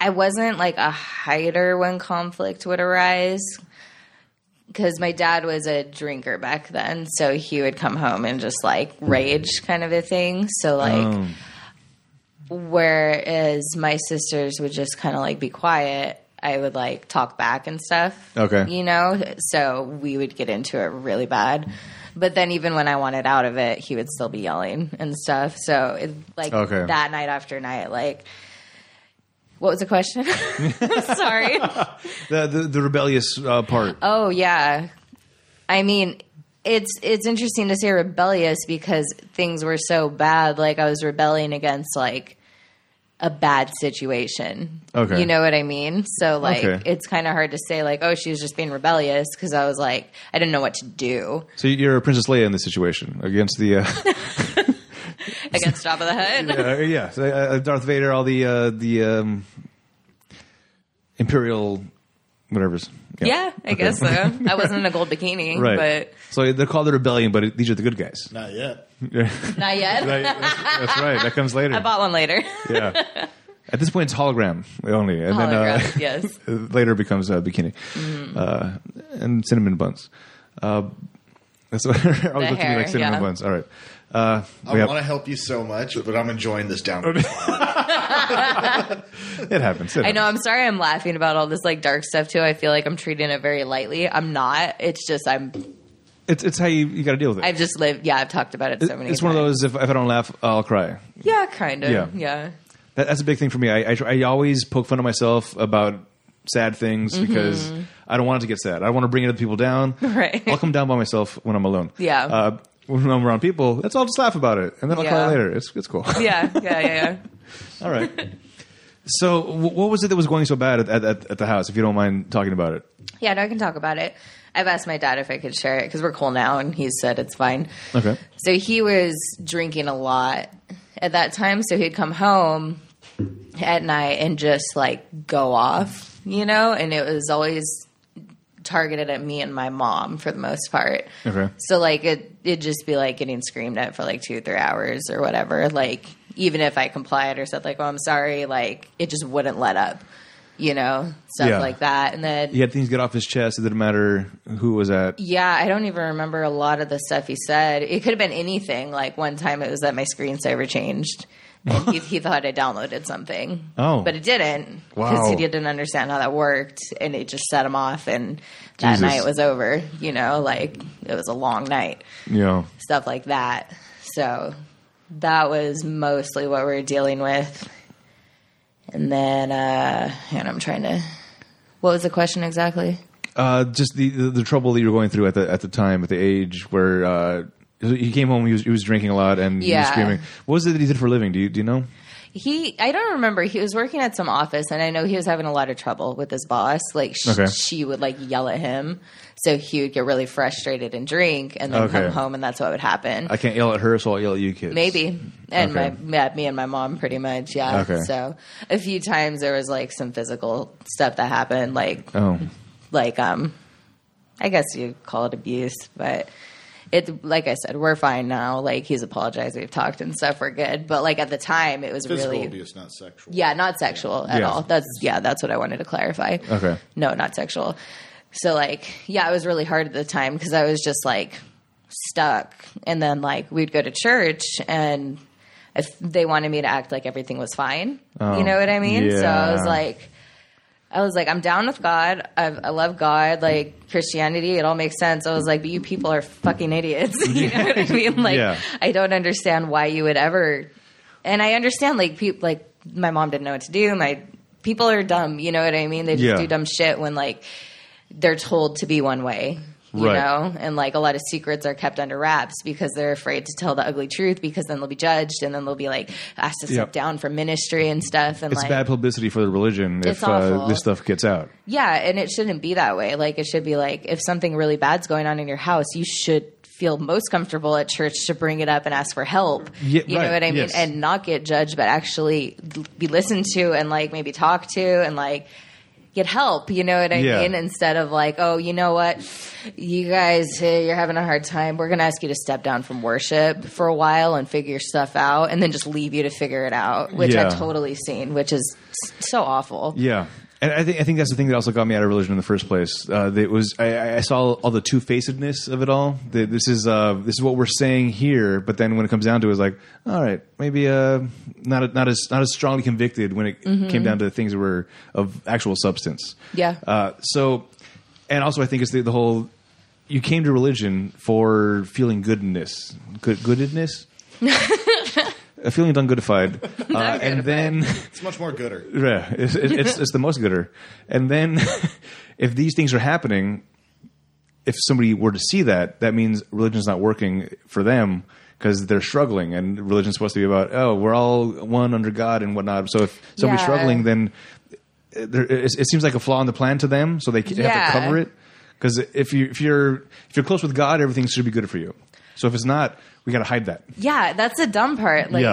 D: I wasn't like a hider when conflict would arise because my dad was a drinker back then. So he would come home and just like rage kind of a thing. So, like, whereas my sisters would just kind of like be quiet, I would like talk back and stuff.
E: Okay.
D: You know? So we would get into it really bad. But then even when I wanted out of it, he would still be yelling and stuff. So it, like
E: Okay.
D: that night after night, like what was the question? <laughs> Sorry.
E: The the, the rebellious uh, part.
D: Oh yeah. I mean, it's it's interesting to say rebellious because things were so bad. Like I was rebelling against like a bad situation.
E: Okay.
D: You know what I mean? So like
E: Okay.
D: it's kind of hard to say like oh she was just being rebellious because I was like I didn't know what to do
E: So you're a Princess Leia in this situation against the uh, <laughs>
D: against Jabba the Hutt.
E: uh, yeah so, uh, Darth Vader, all the uh, the um, Imperial whatever's.
D: Yeah, I guess so. I wasn't in a gold bikini,
E: Right. so they're called the rebellion, but it, these are the good
D: <laughs>
E: guys.
F: Not yet.
D: but not yet.
E: Right. That's, that's right. That comes later.
D: I bought one later. <laughs>
E: yeah. At this point, it's hologram only, and then uh,
D: Hologram, <laughs> yes.
E: later becomes a bikini
D: Mm.
E: uh, and cinnamon buns. Uh, that's what <laughs> I always looked at me
D: hair,
E: like cinnamon
D: yeah.
E: buns. All right. Uh,
F: I
E: we have-
F: want to help you so much, but I'm enjoying this down.
E: it happens. It
D: I know. I'm sorry. I'm laughing about all this like dark stuff too. I feel like I'm treating it very lightly. I'm not. It's just I'm.
E: It's, it's how you, you got to deal with it.
D: I've just lived. Yeah, I've talked about it so many.
E: it's one of
D: times.
E: those. If, if I don't laugh, I'll cry.
D: Yeah, kind of.
E: Yeah.
D: Yeah.
E: That, that's a big thing for me. I, I, tr- I always poke fun at myself about sad things
D: Mm-hmm.
E: because I don't want it to get sad. I want to bring other people down.
D: <laughs> Right.
E: I'll come down by myself when I'm alone.
D: Yeah.
E: Uh, when I'm around people, let's all just laugh about it, and then I'll
D: Yeah.
E: cry later. It's it's cool. <laughs>
D: Yeah. Yeah. Yeah. Yeah.
E: all right. So, wh- what was it that was going so bad at, at, at the house? If you don't mind talking about it.
D: <laughs> yeah. No, I can talk about it. I've asked my dad if I could share it because we're cool now, and he said it's fine.
E: Okay.
D: So he was drinking a lot at that time. So he'd come home at night and just like go off, you know? And it was always targeted at me and my mom for the most part.
E: Okay.
D: So like it it'd just be like getting screamed at for like two, three hours or whatever. Like even if I complied or said like, Oh, I'm sorry, like it just wouldn't let up. You know? Stuff
E: Yeah.
D: like that. And then
E: He had things get off his chest. It didn't matter who was at.
D: yeah, I don't even remember a lot of the stuff he said. It could have been anything. Like one time it was that my screensaver changed. And he, he thought I downloaded something.
E: Oh.
D: But it didn't.
E: Wow.
D: he didn't understand how that worked. And it just set him off. And that
E: Jesus.
D: night was over. You know, like it was a long night.
E: You know.
D: Stuff like that. So that was mostly what we were dealing with. And then, uh, and I'm trying to, what was the question exactly?
E: Uh, just the, the the trouble that you were going through at the at the time, at the age where uh, he came home, he was, he was drinking a lot and he was
D: Yeah.
E: screaming. What was it that he did for a living? Do you do you know?
D: he i don't remember he was working at some office and i know he was having a lot of trouble with his boss like sh-
E: Okay.
D: she would like yell at him so he would get really frustrated and drink and then
E: Okay.
D: come home and that's what would happen
E: I can't yell at her, so I'll yell at you, kids.
D: maybe and
E: Okay.
D: my yeah, me and my mom pretty much yeah
E: Okay.
D: so a few times there was like some physical stuff that happened like
E: Oh,
D: like um i guess you'd call it abuse but it like i said we're fine now like he's apologized we've talked and stuff we're good but like at the time it was
F: Physical
D: really
F: abuse, not sexual.
D: yeah, not sexual at
E: Yeah.
D: all. That's yeah, that's what I wanted to clarify.
E: Okay.
D: No, not sexual. So like, yeah, it was really hard at the time because I was just like stuck. And then like we'd go to church and if they wanted me to act like everything was fine. you know what I mean? So I was
E: Oh, yeah.
D: like, I was like, I'm down with God. i I love God. Like Christianity, it all makes sense. I was like, but you people are fucking idiots. <laughs> you know what I mean? Like,
E: Yeah.
D: I don't understand why you would ever. And I understand, like, people, like my mom didn't know what to do. My people are dumb. You know what I mean? They just
E: Yeah.
D: do dumb shit when like they're told to be one way. You
E: Right.
D: know, and like a lot of secrets are kept under wraps because they're afraid to tell the ugly truth because then they'll be judged and then they'll be like asked to step
E: Yeah.
D: down from ministry and stuff. And
E: It's
D: like,
E: bad publicity for the religion
D: It's
E: if uh,
D: awful.
E: this stuff gets out.
D: yeah, and it shouldn't be that way. Like it should be like if something really bad's going on in your house, you should feel most comfortable at church to bring it up and ask for help.
E: Yeah,
D: you
E: right,
D: know what I mean?
E: yes.
D: And not get judged, but actually be listened to and like maybe talk to and like get help, you know what I
E: Yeah.
D: mean? Instead of like, oh, you know what? You guys, hey, you're having a hard time. We're going to ask you to step down from worship for a while and figure your stuff out and then just leave you to figure it out, which
E: Yeah.
D: I've totally seen, which is s- so awful.
E: Yeah. And I think I think that's the thing that also got me out of religion in the first place. Uh, that it was I- I, I saw all the two facedness of it all. That this is uh, this is what we're saying here, but then when it comes down to it, it's like, all right, maybe uh, not not as not as strongly convicted when it came down to the things that were of actual substance.
D: Yeah.
E: Uh, so, and also I think it's the, the whole you came to religion for feeling goodness, good goodedness, Uh, feeling done goodified, uh, and then.
F: It's much more gooder.
E: Yeah, it's, it's, it's, it's the most gooder. And then, <laughs> if these things are happening, if somebody were to see that, that means religion's not working for them because they're struggling. And religion's supposed to be about, oh, we're all one under God and whatnot. So if somebody's
D: Yeah.
E: struggling, then there, it, it seems like a flaw in the plan to them, so they, ca- they have to
D: Yeah.
E: cover it. Because if you if you're if you're close with God, everything should be good for you. So if it's not, we got to hide that.
D: Yeah, that's the dumb part. Like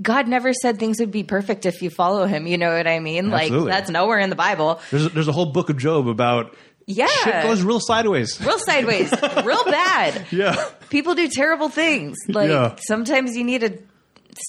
D: God never said things would be perfect if you follow him, you know what I mean?
E: Absolutely.
D: Like that's nowhere in the Bible.
E: there's a, there's a whole book of Job about
D: Yeah.
E: shit goes real sideways. <laughs>
D: Real sideways, real bad.
E: Yeah.
D: People do terrible things. Like
E: Yeah.
D: sometimes you need a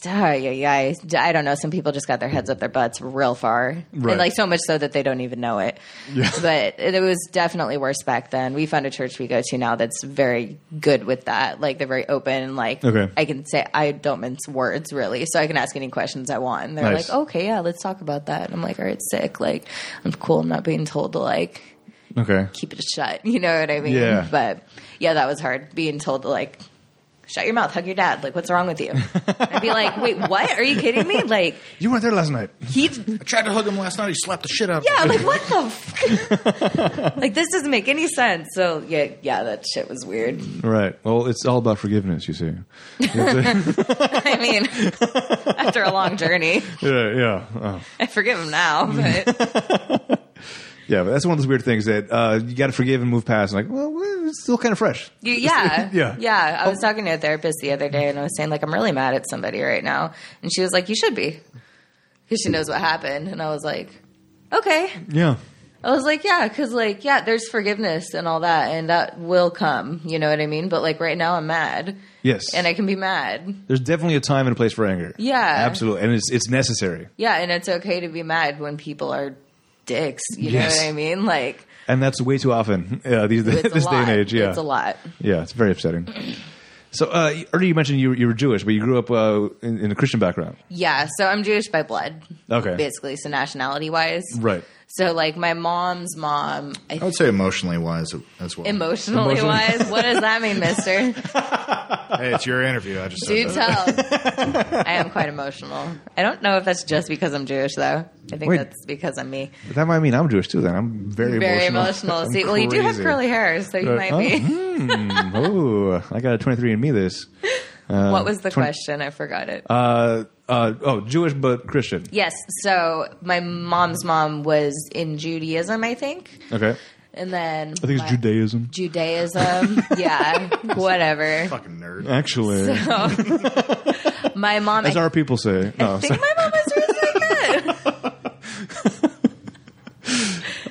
D: ah, yeah, yeah. I don't know. Some people just got their heads up their butts real far,
E: Right.
D: and like so much so that they don't even know it. <laughs> But it was definitely worse back then. We found a church we go to now that's very good with that. Like they're very open. and Like
E: Okay.
D: I can say I don't mince words really, so I can ask any questions I want. And they're
E: Nice.
D: like, okay, yeah, let's talk about that. And I'm like, all right, sick. Like I'm cool. I'm not being told to like
E: Okay.
D: keep it shut. <laughs> You know what I mean?
E: Yeah.
D: But yeah, that was hard being told to like shut your mouth, hug your dad. Like, what's wrong
E: <laughs>
D: with you? I'd be like, wait, what? Are you kidding me? Like,
E: You weren't there last night.
D: he,
F: <laughs> I tried to hug him last night. He slapped the shit out. of
D: yeah,
F: me.
D: like what the? F- like this doesn't make any sense. So yeah, yeah, that shit was weird. <laughs>
E: Right. Well, it's all about forgiveness, you see. yeah,
D: I mean, <laughs> after a long journey,
E: yeah. Oh.
D: I forgive
E: <laughs>
D: him now. But
E: Yeah, but that's one of those weird things that uh, you got to forgive and move past. And like, well, well, it's still kind of fresh.
D: Y- yeah,
E: <laughs> Yeah. Oh.
D: yeah. I was talking to a therapist the other day, and I was saying like I'm really mad at somebody right now, and she was like, "You should be," because she knows what happened, and I was like, "Okay."
E: Yeah.
D: I was like, yeah, because like, yeah, there's forgiveness and all that, and that will come. You know what I mean? But like, right now, I'm mad,
E: Yes.
D: and I can be mad.
E: There's definitely a time and a place for anger.
D: Yeah.
E: Absolutely. And it's it's necessary.
D: Yeah, and it's okay to be mad when people are dicks. You
E: Yes.
D: know what I
E: <laughs>
D: mean? Like,
E: And that's way too often <laughs> uh, these,
D: it's
E: this
D: a
E: day
D: lot.
E: and age. Yeah.
D: it's a lot.
E: Yeah, it's very upsetting. <clears throat> So uh, earlier you mentioned you, you were Jewish, but you grew up uh, in, in a Christian background.
D: Yeah, so I'm Jewish by blood.
E: Okay.
D: basically, so nationality wise,
E: Right. Oh,
D: So like, my mom's mom, I <laughs>
F: I would say emotionally wise as well.
D: emotionally wise, what does that mean,
E: <laughs>
D: Mister?
F: hey, it's your interview. I just
D: Do
F: said that.
D: tell. I am quite emotional. I don't know if that's just because I'm Jewish, though. I think
E: Wait.
D: that's because I'm me.
E: But that might mean I'm Jewish too. Then I'm very
D: Very
E: emotional. <laughs>
D: emotional.
E: I'm
D: See, well, you do have
E: crazy.
D: curly hair, so you
E: Uh,
D: might
E: oh,
D: be. <laughs>
E: hmm, oh, I got a 23 and me this.
D: what was the
E: 20
D: question? I forgot it.
E: Uh, uh, oh, Jewish but Christian.
D: yes. So my mom's mom was in Judaism, I think,
E: Okay.
D: and then
E: I think it's
D: my-
E: Judaism. <laughs>
D: Judaism. yeah. Whatever.
F: Fucking nerd.
E: Actually,
D: <laughs> My mom.
E: as
D: I
E: our people say. No,
D: think my mom was really good.
E: <laughs>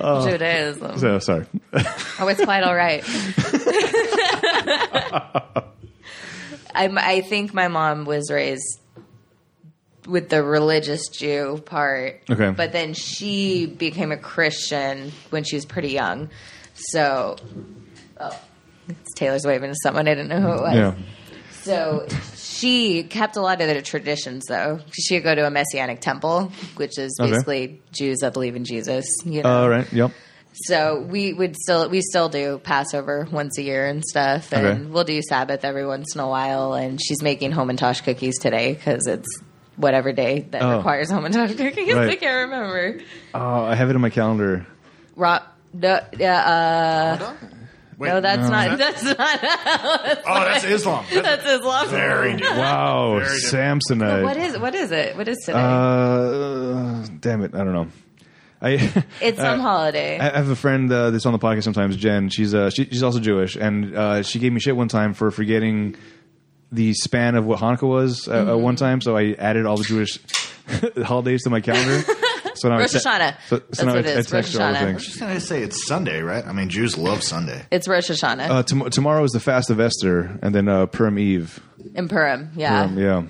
E: Oh.
D: Judaism.
E: so- sorry.
D: Oh, it's quite
E: <laughs>
D: all right. I'm, I think my mom was raised with the religious Jew part.
E: Okay.
D: But then she became a Christian when she was pretty young. So, oh, it's Taylor's waving to someone. I didn't know who it was.
E: Yeah.
D: So she kept a lot of their traditions, though. She would go to a messianic temple, which is
E: Okay.
D: basically Jews that believe in Jesus. You know,
E: All right. Yep.
D: so we would still we still do Passover once a year and stuff, and
E: Okay.
D: we'll do Sabbath every once in a while. And she's making homintosh cookies today because it's whatever day that
E: Oh.
D: requires homintosh cookies.
E: Right.
D: I can't remember.
E: Oh, I have it in my calendar.
D: Ro- no, yeah, uh,
F: Wait,
D: no, that's not <laughs> that's not
F: oh, that's Islam.
D: <laughs>
F: That's
D: that's Islam.
F: very new.
E: Wow, <laughs>
F: Very different.
E: Samsonite.
D: What is what is it? What is today?
E: Uh, damn it, I don't know. I <laughs>
D: it's some
E: uh,
D: holiday.
E: I have a friend uh, that's on the podcast sometimes, Jen. She's uh, she, she's also Jewish, and uh, she gave me shit one time for forgetting the span of what Hanukkah was uh, uh,
D: Mm-hmm.
E: one time. So I added all the Jewish <laughs> holidays to my
D: <laughs>
E: calendar. So now
D: Rosh
E: I te-
D: Hashanah.
E: So, so
D: That's
E: now
D: what
E: I,
D: it
E: I
D: is,
E: text her
D: Rosh
E: all the
D: Hashanah.
E: things.
F: Just gonna say it's Sunday, right? I mean, Jews love Sunday.
D: it's Rosh Hashanah
E: Uh, tom- tomorrow is the fast of Esther, and then uh, Purim Eve.
D: in Purim. Yeah,
E: Purim, yeah,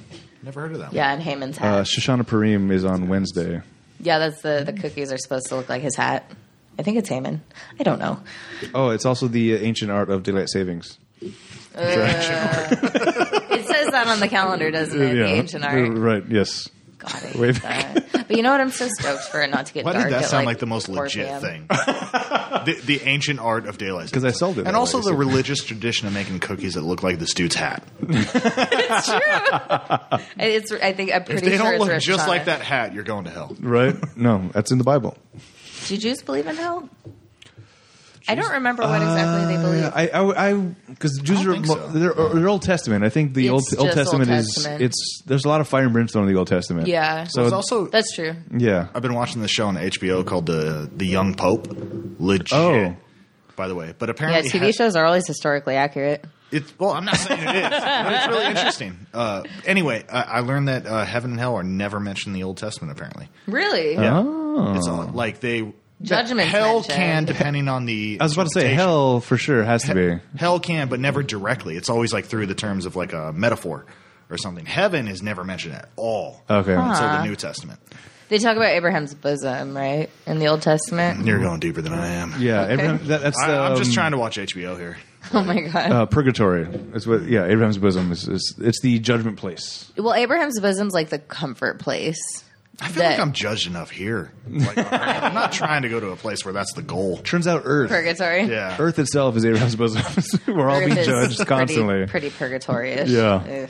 F: Never heard of that.
D: yeah, in Haman's hat.
E: uh, Shoshana Purim is on Wednesday.
D: yeah, that's the the cookies are supposed to look like his hat. I think it's Haman. I don't know.
E: Oh, it's also the uh, ancient art of daylight savings.
D: It says that on the calendar, doesn't it? The ancient
E: Uh,
D: art.
E: Right. Yes.
D: God, I hate
E: Way
D: that. But you know what? I'm so stoked for it not to get
F: Why
D: dark.
F: did that
D: at,
F: sound like,
D: like
F: the most
D: 4
F: legit
D: p.m. <laughs>
F: thing? the, the ancient art of daylight.
E: 'Cause I sold it
F: and
E: that
F: also
E: way,
F: the
E: so-
F: religious tradition of making cookies that look like this dude's hat.
D: I- It's. I think I'm
F: If
D: pretty
F: they
D: sure
F: don't
D: it's
F: look
D: Rosh
F: just like
D: Hashanah.
F: that hat, you're going to hell.
D: <laughs>
E: Right? No, that's in the Bible.
D: Do Jews believe in hell? I don't remember what exactly
F: Uh,
D: they believe.
E: Uh, I, I, because Jews
F: don't
E: are
F: think
E: mo-
F: so.
E: they're, they're Old Testament. I think the
D: It's
E: Old
D: just
E: Old
D: Old
E: Testament,
D: Testament.
E: is it's there's a lot of fire and brimstone in the Old Testament.
D: Yeah.
E: So
F: There's also
D: That's true.
E: yeah.
F: I've been watching this show on HBO called the the Young Pope. Legit.
E: Oh.
F: By the way, but
D: Yeah,
F: apparently
D: TV
F: ha-
D: shows are always historically accurate.
F: It's well, I'm not saying it is. but it's really interesting.
D: <laughs>
F: Uh, anyway, I, I learned that uh, heaven and hell are never mentioned in the Old Testament. Apparently,
D: Really?
E: Oh.
F: it's all, like they
D: Judgment's
F: Hell
D: mentioned.
F: can, depending on the.
E: I was about to say hell for sure has to be.
F: Hell can, but never directly. It's always like through the terms of like a metaphor or something. Heaven is never mentioned at all.
E: Okay.
F: Until the New Testament.
D: They talk about Abraham's bosom, right? In the Old Testament.
F: You're going deeper than I am.
E: Yeah.
D: Okay.
E: Abraham, that, that's
F: I, I'm just
E: um,
F: trying to watch HBO here.
D: Oh my God.
E: Uh, purgatory. It's what. Yeah. Abraham's bosom is, is it's the judgment place.
F: Oh.
D: well, Abraham's bosom's like the comfort place.
F: I feel
D: That-
F: like I'm judged
E: <laughs>
F: enough here. Like, I'm not trying to go to a place where that's the goal.
E: Turns out Earth.
D: Purgatory.
F: Yeah.
E: Earth itself is Abraham's bosom. <laughs> We're all being
D: Earth is
E: judged constantly.
D: Pretty, pretty purgatorious.
E: Yeah.
D: Ugh.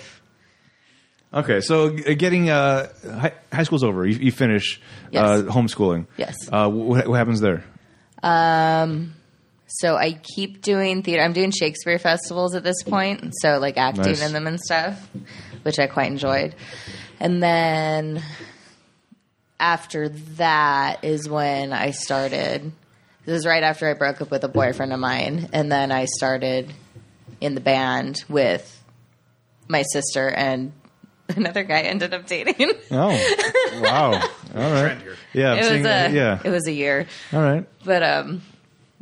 E: Okay, so g- getting uh, high, high school's over. You, you finish
D: Yes.
E: uh, homeschooling.
D: Yes.
E: Uh, what, what happens there?
D: So I keep doing theater. I'm doing Shakespeare festivals at this point, so like acting
E: Nice.
D: in them and stuff, which I quite enjoyed. And then after that is when I started. This is right after I broke up with a boyfriend of mine, and then I started in the band with my sister and <laughs> another guy I ended up dating. <laughs>
E: Oh, wow! All right.
F: here.
E: Yeah. I'm
D: it was
E: seeing
D: a
E: that. yeah.
D: it was a year.
E: all right.
D: But um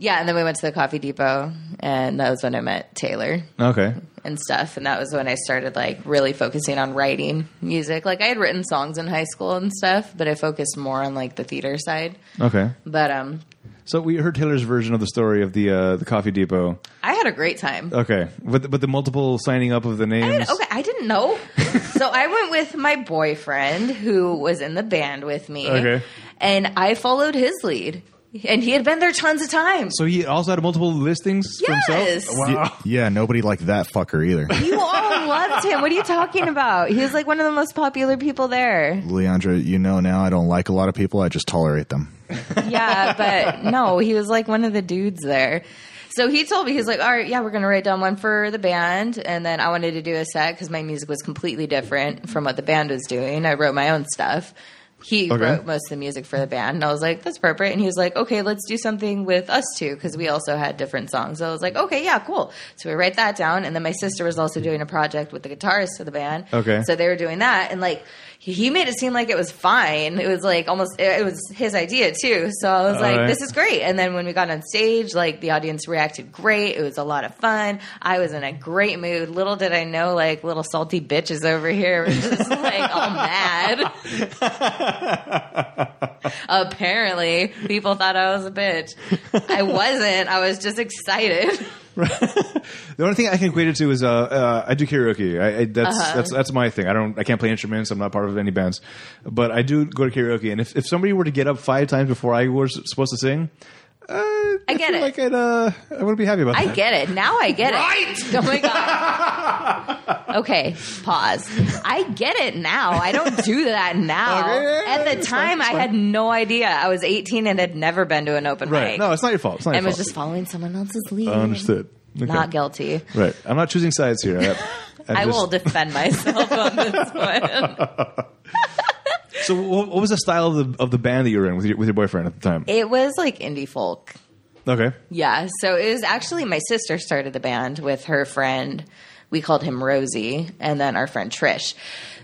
D: yeah, and then we went to the coffee depot and that was when I met Taylor
E: Okay.
D: and stuff and that was when I started like really focusing on writing music. Like I had written songs in high school and stuff, but I focused more on like the theater side.
E: Okay.
D: But um
E: So we heard Taylor's version of the story of the uh, the coffee depot.
D: I had a great time.
E: Okay, but the, but the multiple signing up of the
D: I
E: names.
D: had- okay, I didn't
E: <laughs>
D: know. so I went with my boyfriend who was in the band with me.
E: Okay.
D: And I followed his lead. And he had been there tons of times.
E: So he also had multiple listings for
D: Yes.
E: himself. Wow.
F: Yeah, nobody liked that fucker either.
E: <laughs>
D: You all loved him. What are you talking about? He was like one of the most popular people there.
F: Leandra, you know now I don't like a lot of people. I just tolerate them.
D: Yeah, but no, he was like one of the dudes there. So he told me, he was like, all right, yeah, we're going to write down one for the band. And then I wanted to do a set because my music was completely different from what the band was doing. I wrote my own stuff. He
E: Okay.
D: wrote most of the music for the band. And I was like, that's appropriate. And he was like, okay, let's do something with us too because we also had different songs. So I was like, okay, yeah, cool. So we write that down. And then my sister was also doing a project with the guitarist of the band.
E: Okay.
D: So they were doing that, and like he- he made it seem like it was fine. It was like almost it it was his idea too. So I was
E: All
D: like,
E: right.
D: this is great. And then when we got on stage, like the audience reacted great. It was a lot of fun. I was in a great mood. Little did I know, like little salty bitches over here were just <laughs> like all mad. Apparently, people thought I was a bitch. I wasn't. I was just excited.
E: The only thing I can equate it to is uh, uh, I do karaoke. I, I, that's
D: Uh-huh.
E: that's that's my thing. I don't. I can't play instruments. I'm not part of any bands, but I do go to karaoke. And if, if somebody were to get up five times before I was supposed to sing, uh, I,
D: get
E: feel
D: it.
E: Like I'd, uh, I would be happy about
D: I
E: that.
D: get it. Now I get it. <laughs> Oh my god.
E: <laughs>
D: Okay, pause. I get it now. I don't do that now.
E: Okay, yeah, yeah,
D: At the
E: it's fine,
D: time,
E: it's
D: I
E: fine.
D: had no idea. I was 18 and had never been to an open
E: Right.
D: mic.
E: No, it's not your fault. It's not your
D: and was
E: fault.
D: just following someone else's lead.
E: I Mm-hmm. understood. Okay.
D: Not guilty.
E: Right. I'm not choosing sides
D: <laughs>
E: here. I, I'm
D: I
E: just-
D: will defend myself
E: <laughs>
D: on this one.
E: So, what, what was the style of the of the band that you were in with your, with your boyfriend at the time?
D: It was like indie folk.
E: Okay.
D: Yeah. So it was actually my sister started the band with her friend. We called him Rosie, and then our friend Trish.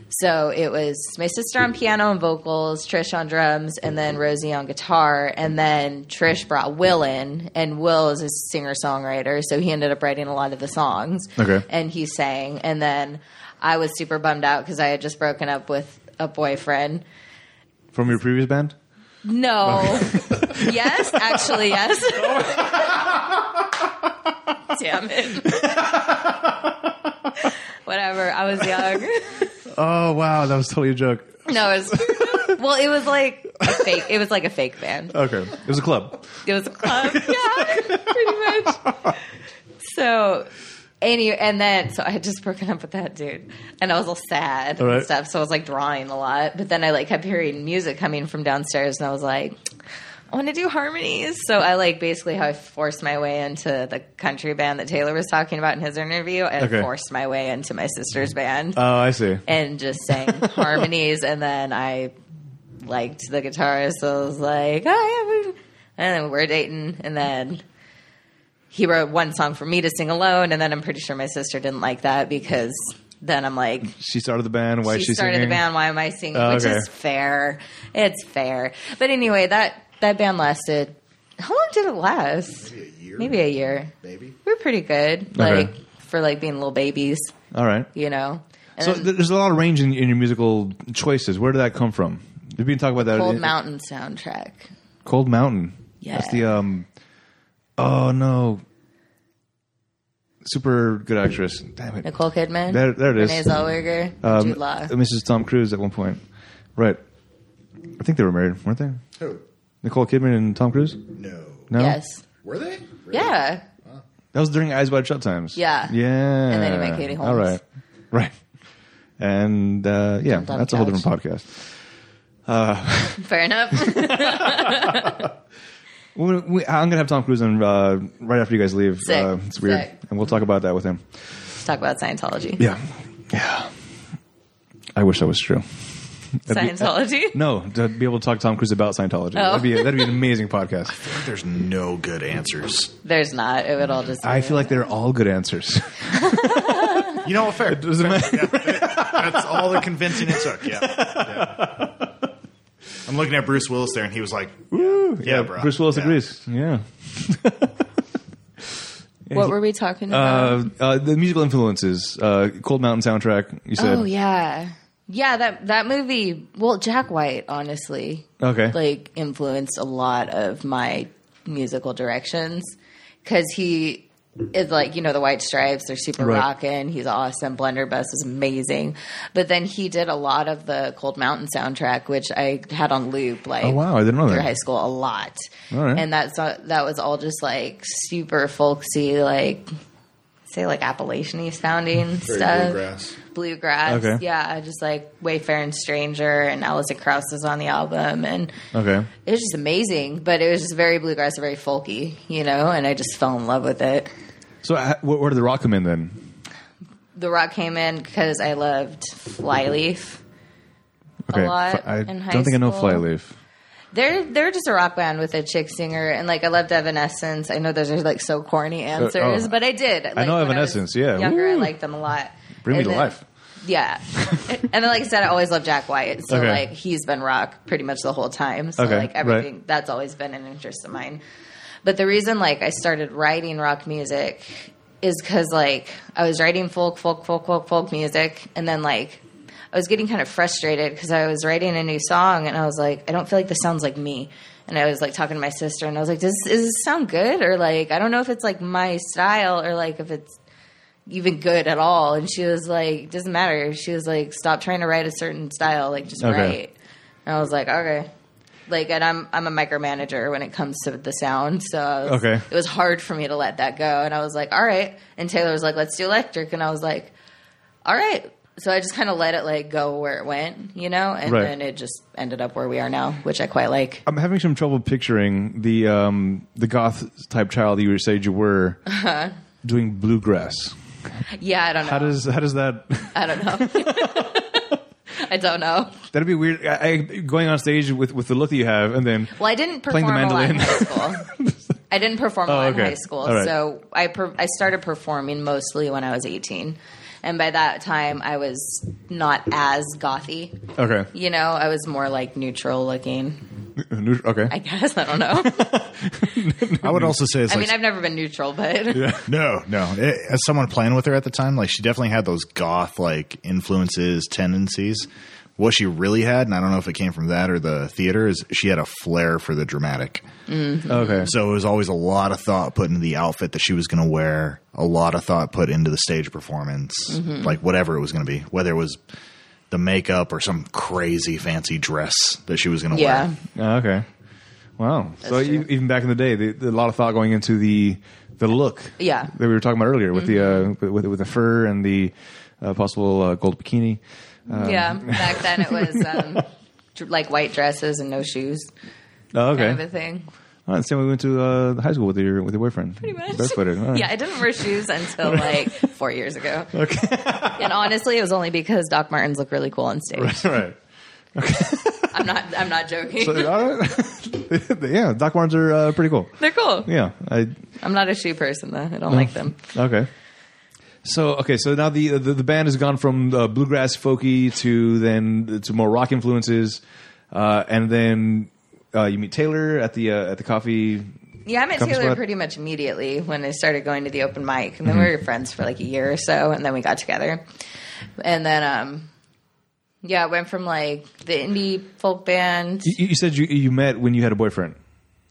D: So it was my sister on piano and vocals, Trish on drums, and then Rosie on guitar. And then Trish brought Will in, and Will is a singer songwriter, so he ended up writing a lot of the songs.
E: Okay.
D: And he sang. And then I was super bummed out because I had just broken up with a boyfriend.
E: From your previous band?
D: No. yes, actually, yes. <laughs> Damn it. Whatever. I was young. <laughs>
E: Oh wow, that was totally a joke.
D: No, it was. Well, it was like a fake. It was like a fake band.
E: Okay, it was a club.
D: It was a club. <laughs> Yeah, pretty much. So. Any, and then, so I had just broken up with that dude, and I was all sad
E: All right.
D: and stuff. So I was like drawing a lot, but then I like kept hearing music coming from downstairs, and I was like, I want to do harmonies. So I like basically how I forced my way into the country band that Taylor was talking about in his interview, and
E: Okay.
D: forced my way into my sister's band,
E: <laughs> Oh, I see.
D: and just
E: <laughs>
D: sang harmonies, and then I liked the guitarist, so I was like, oh, yeah, we- and then we're dating, and then he wrote one song for me to sing alone, and then I'm pretty sure my sister didn't like that because then I'm like,
E: She started the band. Why is
D: she
E: she
D: started
E: singing?
D: the band. Why am I singing?
E: Oh,
D: Which
E: okay.
D: is fair. It's fair. But anyway, that that band lasted. How long did it last?
F: Maybe a year.
D: Maybe a year.
F: Maybe.
D: We were pretty good,
E: Okay.
D: like for like being little babies,
E: All right.
D: you know. And
E: So
D: then
E: th- there's a lot of range in, in your musical choices. Where did that come from? We've been talking about that.
D: Cold
E: in-
D: Mountain soundtrack.
E: Cold Mountain.
D: Yeah.
E: That's the um. Oh no. Super good actress. Damn it.
D: Nicole Kidman.
E: There- there it is. um,
D: Renee Zellweger. Jude Law.
E: Mrs. Uh, Tom Cruise at one point. Right. I think they were married, weren't they?
F: Who?
E: Nicole Kidman and Tom Cruise.
F: Oh, No.
E: No.
D: Yes.
F: Were they? Really?
D: Yeah.
E: That was during Eyes Wide Shut times.
D: Yeah.
E: Yeah. And
D: then he met Katie Holmes.
E: All right. Right. And uh, yeah,
D: Jumped on
E: that's a whole
D: couch.
E: different podcast.
D: Fair
E: <laughs>
D: enough. <laughs>
E: We, we, I'm gonna have Tom Cruise on uh, right after you guys leave.
D: Sick.
E: Uh, it's weird,
D: Sick.
E: and we'll talk about that with him.
D: Let's talk about Scientology.
E: Yeah, yeah. I wish that was true. That'd be- <laughs>
D: Scientology.
E: no, to be able to talk to Tom Cruise about Scientology.
D: Oh.
E: That'd be that'd be an amazing podcast.
F: There's no good answers.
D: There's not. It would all just.
E: I feel like they're all good answers.
F: You know,
E: <laughs>
F: fair.
E: Doesn't matter.
F: That's all the convincing it took. Yeah. Yeah. I'm looking at Bruce Willis there, and he was like,
E: Woo.
F: Yeah, bro.
E: Bruce Willis
F: Yeah.
E: agrees. Yeah.
D: What were we talking about?
E: Uh, uh, the musical influences, uh, Cold Mountain soundtrack. You said,
D: Oh yeah, yeah. That that movie. Well, Jack White, honestly,
E: Okay.
D: like influenced a lot of my musical directions because he is like you know the White Stripes. They're super
E: Right.
D: rockin'. He's awesome. Blunderbuss is amazing. But then he did a lot of the Cold Mountain soundtrack, which I had on loop. Like
E: Oh wow, I didn't know
D: through
E: that.
D: high school a lot,
E: All right.
D: and that's uh, that was all just like super folksy, like say like Appalachian sounding stuff,
F: bluegrass.
D: bluegrass.
E: Okay.
D: Yeah, just like Wayfair and Stranger, and Alison Krauss was on the album, and
E: Okay.
D: it was just amazing. But it was just very bluegrass, very folky, you know, and I just fell in love with it.
E: So uh, where, where did the rock come in then?
D: The Rock came in because I loved Flyleaf.
E: Okay.
D: lot
E: I
D: in high
E: don't think I know
D: school.
E: Flyleaf.
D: They're they're just a rock band with a chick singer, and like I loved Evanescence. I know those are like so corny answers,
E: oh.
D: but I did. Like,
E: know
D: when
E: Evanescence,
D: I was
E: yeah.
D: younger I
E: Woo.
D: liked them a lot.
E: Bring me
D: And
E: to
D: then-
E: life. <laughs>
D: Yeah, and then like I said, I always loved Jack White, so
E: Okay.
D: like he's been rock pretty much the whole time. So
E: Okay,
D: like
E: right.
D: everything that's always been an interest of mine. But the reason like I started writing rock music is because like I was writing folk, folk, folk, folk, folk music, and then like I was getting kind of frustrated because I was writing a new song and I was like, I don't feel like this sounds like me. And I was like talking to my sister, and I was like, "Does is this sound good?" Or like, I don't know if it's like my style, or like if it's even good at all. And she was like, "Doesn't matter." She was like, "Stop trying to write a certain style. Like just
E: Okay.
D: write." And I was like, "Okay." Like, and I'm I'm a micromanager when it comes to the sound, so I was-
E: Okay.
D: it was hard for me to let that go. And I was like, "All right." And Taylor was like, "Let's do electric," and I was like, "All right." So I just kind of let it like go where it went, you know, and
E: Right.
D: then it just ended up where we are now, which I quite like.
E: I'm having some trouble picturing the um, the goth type child you said you were
D: Uh-huh.
E: doing bluegrass.
D: Yeah, I don't know.
E: How does how does that? <laughs>
D: I don't know. <laughs> I don't know.
E: That'd be weird. I, I, going on stage with with the look that you have, and then
D: Well, I didn't perform
E: Playing the
D: a lot in
E: mandolin.
D: high school.
E: <laughs>
D: I didn't perform a
E: Oh,
D: lot
E: okay.
D: in high school,
E: All right.
D: so I per- I started performing mostly when I was 18, and by that time I was not as gothy.
E: okay,
D: You know, I was more like neutral looking.
E: Neut- okay.
D: I guess <laughs> I don't
E: <laughs>
D: know.
F: I would also say it's
D: I
F: like
D: mean, I've never been neutral, but
F: No, no. It, as someone playing with her at the time, like she definitely had those goth like influences, tendencies. What she really had, and I don't know if it came from that or the theater, is she had a flair for the dramatic.
E: okay.
F: So it was always a lot of thought put into the outfit that she was going to wear, a lot of thought put into the stage performance,
D: Mm-hmm.
F: like whatever it was going to be, whether it was the makeup or some crazy fancy dress that she was going to
D: <laughs> yeah,
F: wear.
E: Oh, okay. Wow. so
D: true.
E: e- even back in the day, the, the, a lot of thought going into the the look.
D: Yeah. Mm-hmm.
E: That we were talking about earlier with the uh, with with the fur and the uh, possible uh, gold bikini. Um.
D: yeah. Back then it was
E: <laughs>
D: um, dr- like white dresses and no shoes
E: Oh, okay.
D: kind of a thing.
E: All right, same way we went to uh, high school with your with your boyfriend. Pretty
D: much.
E: Barefooted.
D: <laughs>
E: All right.
D: Yeah, I didn't wear shoes until
E: <laughs>
D: like four years ago. Okay. and honestly, it was only because Doc Martens look really cool on stage.
E: All right.
D: <laughs> I'm not. I'm not joking.
E: So, all right. <laughs> yeah, Doc Martens are uh, pretty cool.
D: They're cool.
E: Yeah. I
D: I'm not a shoe person though. I don't like them.
E: okay. So okay, so now the the, the band has gone from uh, bluegrass folky to then to more rock influences, uh, and then uh, you meet Taylor at the uh, at the coffee.
D: Yeah, I met
E: Compass
D: Taylor
E: Blood?
D: pretty much immediately when I started going to the open mic, and then
E: Mm-hmm.
D: we were friends for like a year or so, and then we got together, and then um, yeah, I went from like the indie folk band.
E: You, you said you you met when you had a boyfriend,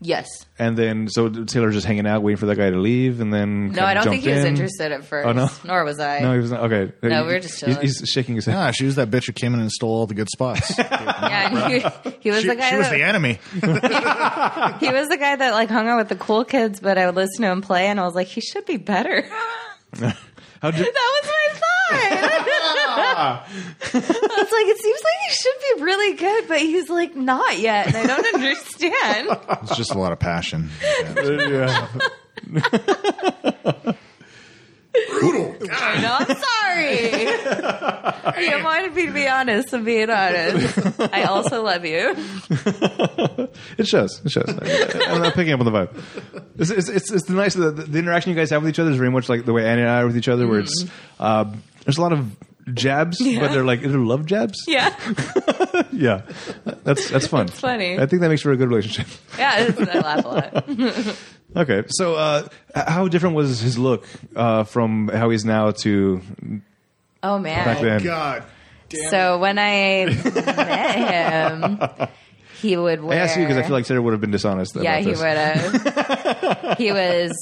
D: Yes.
E: and then so Taylor's just hanging out waiting for that guy to leave, and then
D: No, I don't think he was
E: in.
D: interested at first.
E: Oh, no?
D: Nor was I.
E: No, he was not. Okay,
D: No, we were just
E: he's,
D: chilling.
E: he's shaking his head.
F: Ah, she was that bitch who came in and stole all the good
D: <laughs>
F: spots.
D: yeah, and he, he was
F: she,
D: the guy.
F: she was
D: that-
F: the enemy.
D: He was the guy that like hung out with the cool kids, but I would listen to him play, and I was like, he should be better.
E: <laughs> How did,
D: <laughs> that was my
E: <laughs>
D: thought. I was like, it seems like he should be really good, but he's like not yet, and I don't understand.
F: It's just a lot of <laughs> passion.
E: yeah.
D: no, I'm sorry.
E: <laughs>
D: you wanted me to be honest. I'm being honest. I also love you.
E: It shows. It shows. I, am not picking up on the vibe. It's, it's, it's, it's the nice the, the interaction you guys have with each other is very much like the way Annie and I are with each other, where
D: Mm-hmm.
E: it's um, there's a lot of jabs, but they're like they're love jabs.
D: Yeah,
E: Yeah, that's that's fun.
D: funny.
E: I think that makes for a good relationship.
D: yeah. I laugh a lot.
E: Okay, so uh, h- how different was his look uh, from how he's now to
D: Oh man.
E: back then?
F: God.
D: So when I met him, he would
E: I
D: wear.
E: asked you because I feel like Sarah would have been dishonest.
D: Yeah,
E: about
D: he
E: this.
D: would have.
E: <laughs>
D: he was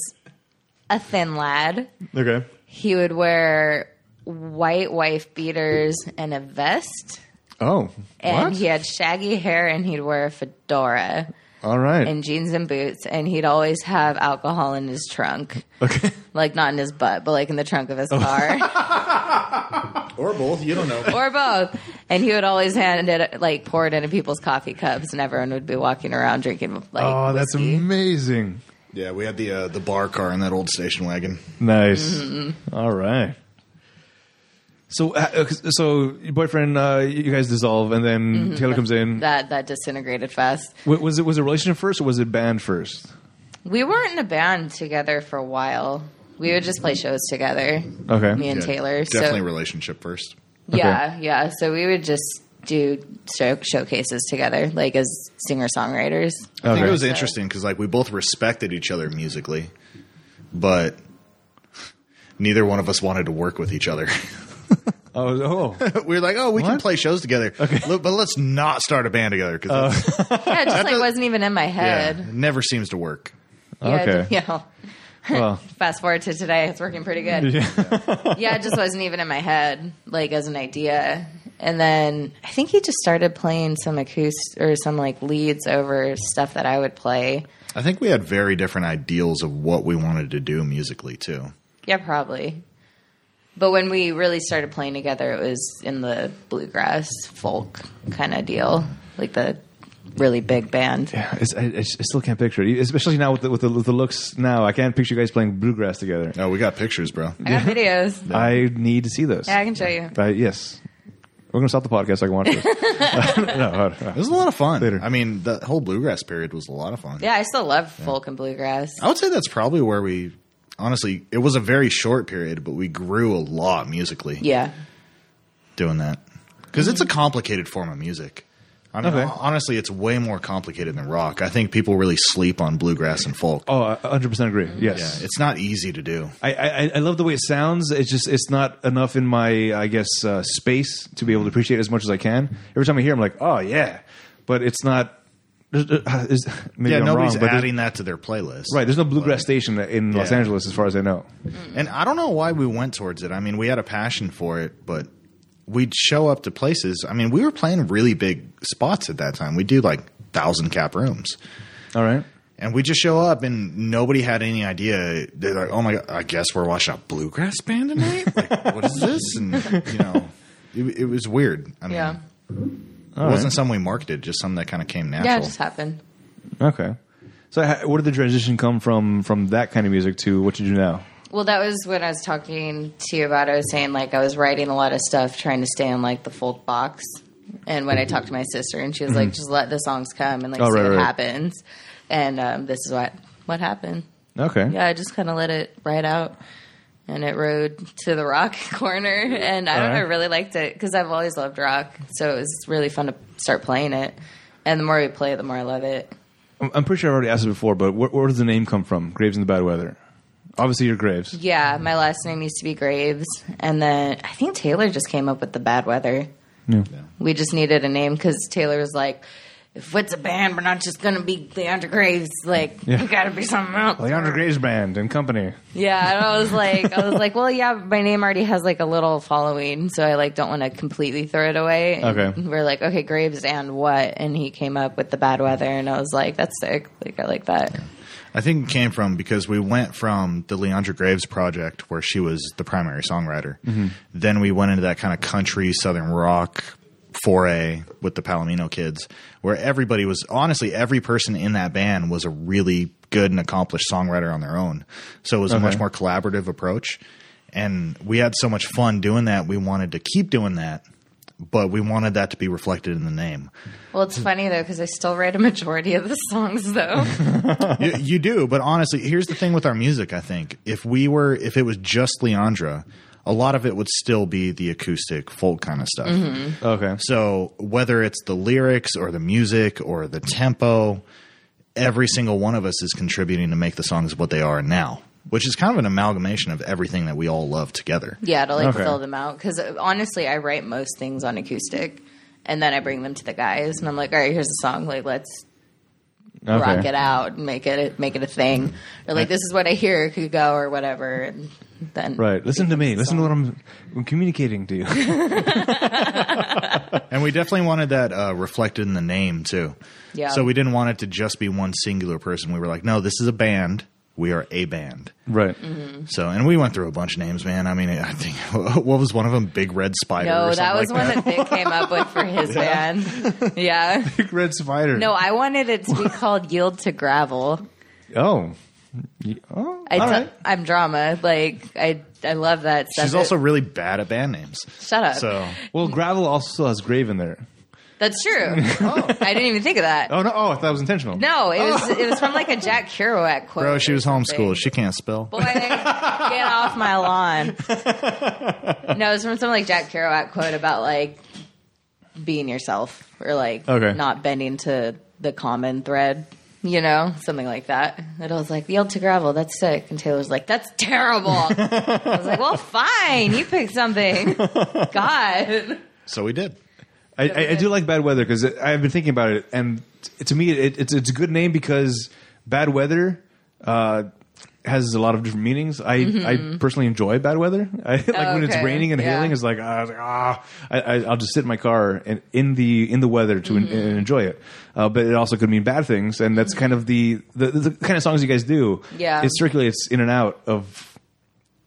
D: a thin lad.
E: Okay.
D: He would wear white wife beaters and a vest,
E: Oh,
D: and
E: what?
D: he had shaggy hair, and he'd wear a fedora
E: All right.
D: and jeans and boots, and he'd always have alcohol in his trunk.
E: okay.
D: Like not in his butt, but like in the trunk of his
E: Oh.
D: car.
F: Or both. You don't know.
D: or both. And he would always hand it, like pour it into people's coffee cups, and everyone would be walking around drinking.
E: <laughs>
D: Like,
E: Oh, that's
D: whiskey.
E: amazing.
F: Yeah, we had the uh, the bar car in that old station wagon.
E: Nice.
D: Mm-hmm.
E: All right. So, uh, so your boyfriend, uh, you guys dissolve, and then
D: Mm-hmm.
E: Taylor comes in.
D: that that disintegrated fast.
E: Wa- was it was it a relationship first, or was it band first?
D: We weren't in a band together for a while. We would just play shows together,
E: Okay.
D: me and
F: Yeah,
D: Taylor.
F: Definitely
D: so
F: relationship first.
D: yeah, yeah. So we would just do show, showcases together, like as singer songwriters.
F: I think
E: Okay.
F: it was interesting because like we both respected each other musically, but neither one of us wanted to work with each other.
E: Oh, oh.
F: <laughs>
E: <laughs>
F: we were like, oh, we can
E: What?
F: play shows together. Look, but let's not start a band together because
D: Yeah, it just like wasn't even in my head.
F: it never seems to work.
D: Yeah,
E: Okay.
D: d- yeah. <laughs> Fast forward to today, it's working pretty good.
E: Yeah.
D: yeah, it just wasn't even in my head, like as an idea. And then I think he just started playing some acoustic or some like leads over stuff that I would play.
F: I think we had very different ideals of what we wanted to do musically too.
D: Yeah, probably. But when we really started playing together, it was in the bluegrass folk kind of deal, like the really big band.
E: It's, I, I I still can't picture it, especially now with the, with, the, with the looks. Now I can't picture you guys playing bluegrass together.
F: No, Oh, we got pictures, bro.
D: I got videos.
E: I need to see those.
D: Yeah, I can show you.
E: Uh, yes, we're gonna stop the podcast. so I can watch this. <laughs> no, I-
F: It was a lot of fun.
E: Later.
F: I mean, the whole bluegrass period was a lot of fun.
D: Yeah, I still love folk and bluegrass.
F: I would say that's probably where we honestly it was a very short period, but we grew a lot musically
D: Yeah.
F: doing that. Because it's a complicated form of music. I mean,
E: Okay.
F: hon- honestly, it's way more complicated than rock. I think people really sleep on bluegrass and folk.
E: oh, I 100 percent agree. Yes,
F: Yeah, it's not easy to do.
E: I, I, I love the way it sounds. It's just it's not enough in my I guess uh, space to be able to appreciate it as much as I can. Every time I hear, it, I'm like, oh yeah, but it's not. there's- uh, Is, <laughs> maybe
F: Yeah,
E: I'm
F: nobody's
E: wrong, but there's-
F: adding that to their playlist.
E: right. There's no bluegrass station in Los
F: Yeah.
E: Angeles, as far as I know.
F: And I don't know why we went towards it. I mean, we had a passion for it, but we'd show up to places. I mean, we were playing really big spots at that time. We do like thousand cap rooms.
E: All right.
F: And we just show up, and nobody had any idea. They're like, "Oh my god, I guess we're watching a bluegrass band tonight. Like, what is this?" And you know, it, it was weird. I mean,
D: Yeah.
F: it wasn't something we marketed, just something that kind of came natural.
D: Yeah, it just happened.
E: Okay. So, ha- where did the transition come from from that kind of music to what you do now?
D: Well, that was when I was talking to you about. I was saying like I was writing a lot of stuff, trying to stay in like the folk box. And when I talked to my sister, and she was like, "Just let the songs come and like
E: Mm-hmm. Oh,
D: see
E: right,
D: what
E: right.
D: happens." And um, this is what what happened.
E: Okay.
D: Yeah, I just kind of let it ride out, and it rode to the rock <laughs> corner. And I don't know,
E: Alright.
D: I really liked it because I've always loved rock, so it was really fun to start playing it. And the more we play it, the more I love it.
E: I'm, I'm pretty sure I already asked it before, but where, where does the name come from? Graves in the Bad Weather. Obviously, your Graves.
D: Yeah, my last name used to be Graves, and then I think Taylor just came up with the bad weather. We just needed a name because Taylor was like, "If it's a band, we're not just gonna be Leandra Graves. Like,
E: Yeah.
D: we gotta be something else."
E: Leandra Graves Band and Company.
D: Yeah, and I was like, I was like, well, yeah, my name already has like a little following, so I like don't want to completely throw it away. And
E: Okay.
D: we're like, okay, Graves and what? And he came up with the bad weather, and I was like, that's sick. Like, I like that.
F: I think it came from because we went from the Leandra Graves project where she was the primary songwriter. Then we went into that kind of country southern rock foray with the Palomino kids where everybody was honestly every person in that band was a really good and accomplished songwriter on their own. So it was a much more collaborative approach and we had so much fun doing that we wanted to keep doing that but we wanted that to be reflected in the name.
D: Well, it's funny though because I still write a majority of the <laughs> songs though.
F: you, you do, but honestly, here's the thing with our music. I think if we were, if it was just Leandra, a lot of it would still be the acoustic folk kind of stuff.
E: Okay.
F: So whether it's the lyrics or the music or the tempo, every single one of us is contributing to make the songs what they are now, which is kind of an amalgamation of everything that we all love together.
D: Yeah, to like
E: Okay.
D: fill them out. Because honestly, I write most things on acoustic, and then I bring them to the guys, and I'm like, all right, here's a song. Like, let's
E: Okay.
D: rock it out and make it make it a thing. Or like, this is what I hear could go or whatever. And then
E: Right. Listen to me. Listen to what I'm, I'm communicating
D: <laughs>
E: to you.
F: And we definitely wanted that uh, reflected in the name too.
D: Yeah.
F: So we didn't want it to just be one singular person. We were like, no, this is a band. We are a band.
E: right.
D: Mm-hmm.
F: So, and we went through a bunch of names, man. I mean, I think <laughs> what was one of them? Big Red Spider.
D: No,
F: or
D: that
F: something
D: was
F: like
D: one that Vic came up with for
F: <laughs>
D: his band. Yeah.
E: Big Red Spider.
D: No, I wanted it
F: <laughs>
D: to be called Yield to Gravel.
E: Oh. Y- Oh.
D: I
E: all
D: t-
E: right.
D: I'm drama. Like I I love that stuff.
F: She's
D: It-
F: also really bad at band names.
D: Shut up.
F: So,
E: Well, gravel also has grave in there.
D: That's
F: <laughs>
D: true. I didn't even think of that.
E: Oh no! Oh, I thought it was intentional.
D: No, it was it was from like a Jack Kerouac quote.
F: Oh. bro, she
D: or
F: was
D: something.
F: homeschooled. She can't spell.
D: Boy, get off my lawn. No, it was from some like Jack Kerouac quote about like being yourself or like
E: Okay.
D: not bending to the common thread you know, something like that. And I was like, Yield to Gravel, that's sick. And Taylor's like, that's terrible. I was like, well, fine, you pick something. God.
F: So we did.
E: I, I, I do like Bad Weather because I've been thinking about it, and t- to me, it, it's it's a good name because Bad Weather uh, has a lot of different meanings. I, I personally enjoy bad weather. <laughs> I, like when it's
D: Mm-hmm. Okay,
E: raining and
D: yeah.
E: hailing, it's like ah, it's like, ah I, I, I'll just sit in my car and in the in the weather to
D: Mm-hmm.
E: en- and enjoy it. Uh, but it also could mean bad things, and that's kind of the, the the kind of songs you guys do.
D: Yeah.
E: it circulates in and out of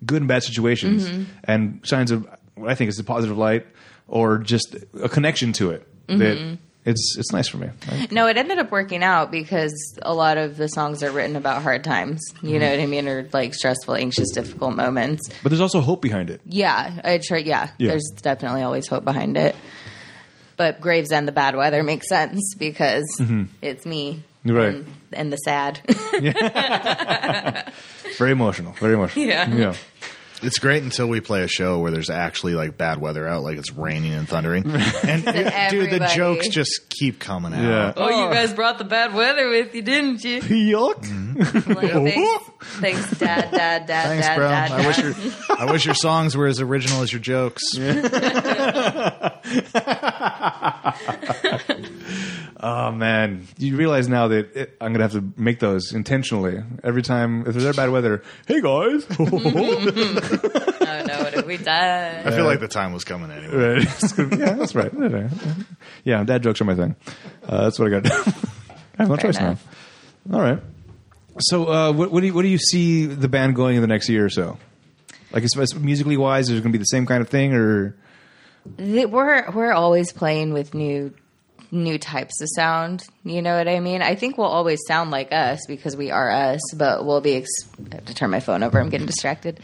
E: good and bad situations
D: Mm-hmm.
E: and signs of what I think is a positive light or just a connection to it
D: Mm-hmm.
E: that it's it's nice for me. I-
D: No, it ended up working out because a lot of the songs are written about hard times. You know what I mean? Or like stressful, anxious, difficult moments.
E: But there's also hope behind it.
D: Yeah, I try. Yeah,
E: Yeah.
D: there's definitely always hope behind it. But Gravesend, the bad weather makes sense because it's me
E: Right.
D: and, and the sad.
E: Very emotional. Very emotional.
D: <laughs> Yeah.
E: Yeah.
F: It's great until we play a show where there's actually like bad weather out, like it's raining and
E: <laughs>
F: thundering. And dude,
D: <laughs>
F: the
D: everybody.
F: jokes just keep coming out.
E: Yeah.
D: oh, you guys brought the bad weather with you, didn't you? Like, thanks, thanks, dad, dad, dad,
F: Thanks,
D: dad,
F: bro.
D: dad.
F: I wish
D: dad.
F: your I wish your songs were as original as your jokes.
E: Oh man, you realize now that it, I'm gonna have to make those intentionally every time if there's bad weather. Hey guys, <laughs>
D: I don't know what have we done.
F: I feel like the time was coming anyway.
E: Right. It's gonna be- yeah, that's right. Yeah, dad jokes are my thing. Uh, that's what I got. <laughs> I have no
D: Fair
E: choice
D: enough.
E: now. All right. So, uh, what, what do you what do you see the band going in the next year or so? Like, as, as musically wise, is it going to be the same kind of thing, or
D: Th- We're we're always playing with new new types of sound. You know what I mean? I think we'll always sound like us because we are us, but we'll be. Ex- I have to turn my phone over. I'm getting distracted.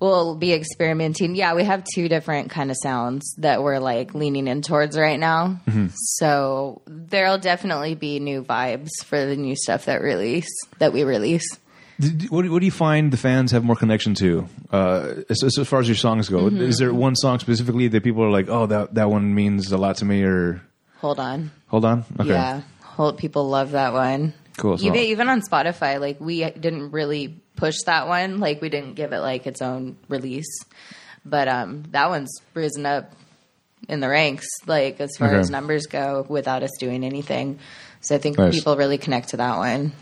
D: we'll be experimenting. Yeah, we have two different kind of sounds that we're like leaning in towards right now. So there'll definitely be new vibes for the new stuff that release that we release.
E: d- d- what, do- what do you find the fans have more connection to? Uh, as, as far as your songs go, is there one song specifically that people are like, "Oh, that that one means a lot to me"? Or
D: Hold on.
E: hold on, okay,
D: Yeah, whole, people love that one.
E: Cool, so-
D: Even even on Spotify, like we didn't really push that one. Like we didn't give it like its own release, but um, that one's risen up in the ranks, like as far
E: Okay.
D: as numbers go, without us doing anything. So I think
E: Nice.
D: people really connect to that one.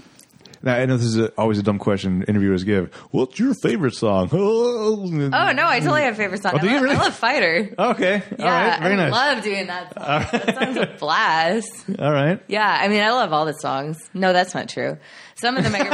E: Now, I know this is a, always a dumb question interviewers give. What's your favorite song? <laughs> Oh,
D: Oh no, I totally have favorite song.
E: Oh,
D: I,
E: do you
D: love,
E: really?
D: I love Fighter.
E: Okay. All
D: Yeah,
E: right. Very
D: I
E: nice.
D: love doing that. Song. That song's a blast.
E: All right.
D: Yeah, I mean, I love all the songs. No, that's not true. Some of them I get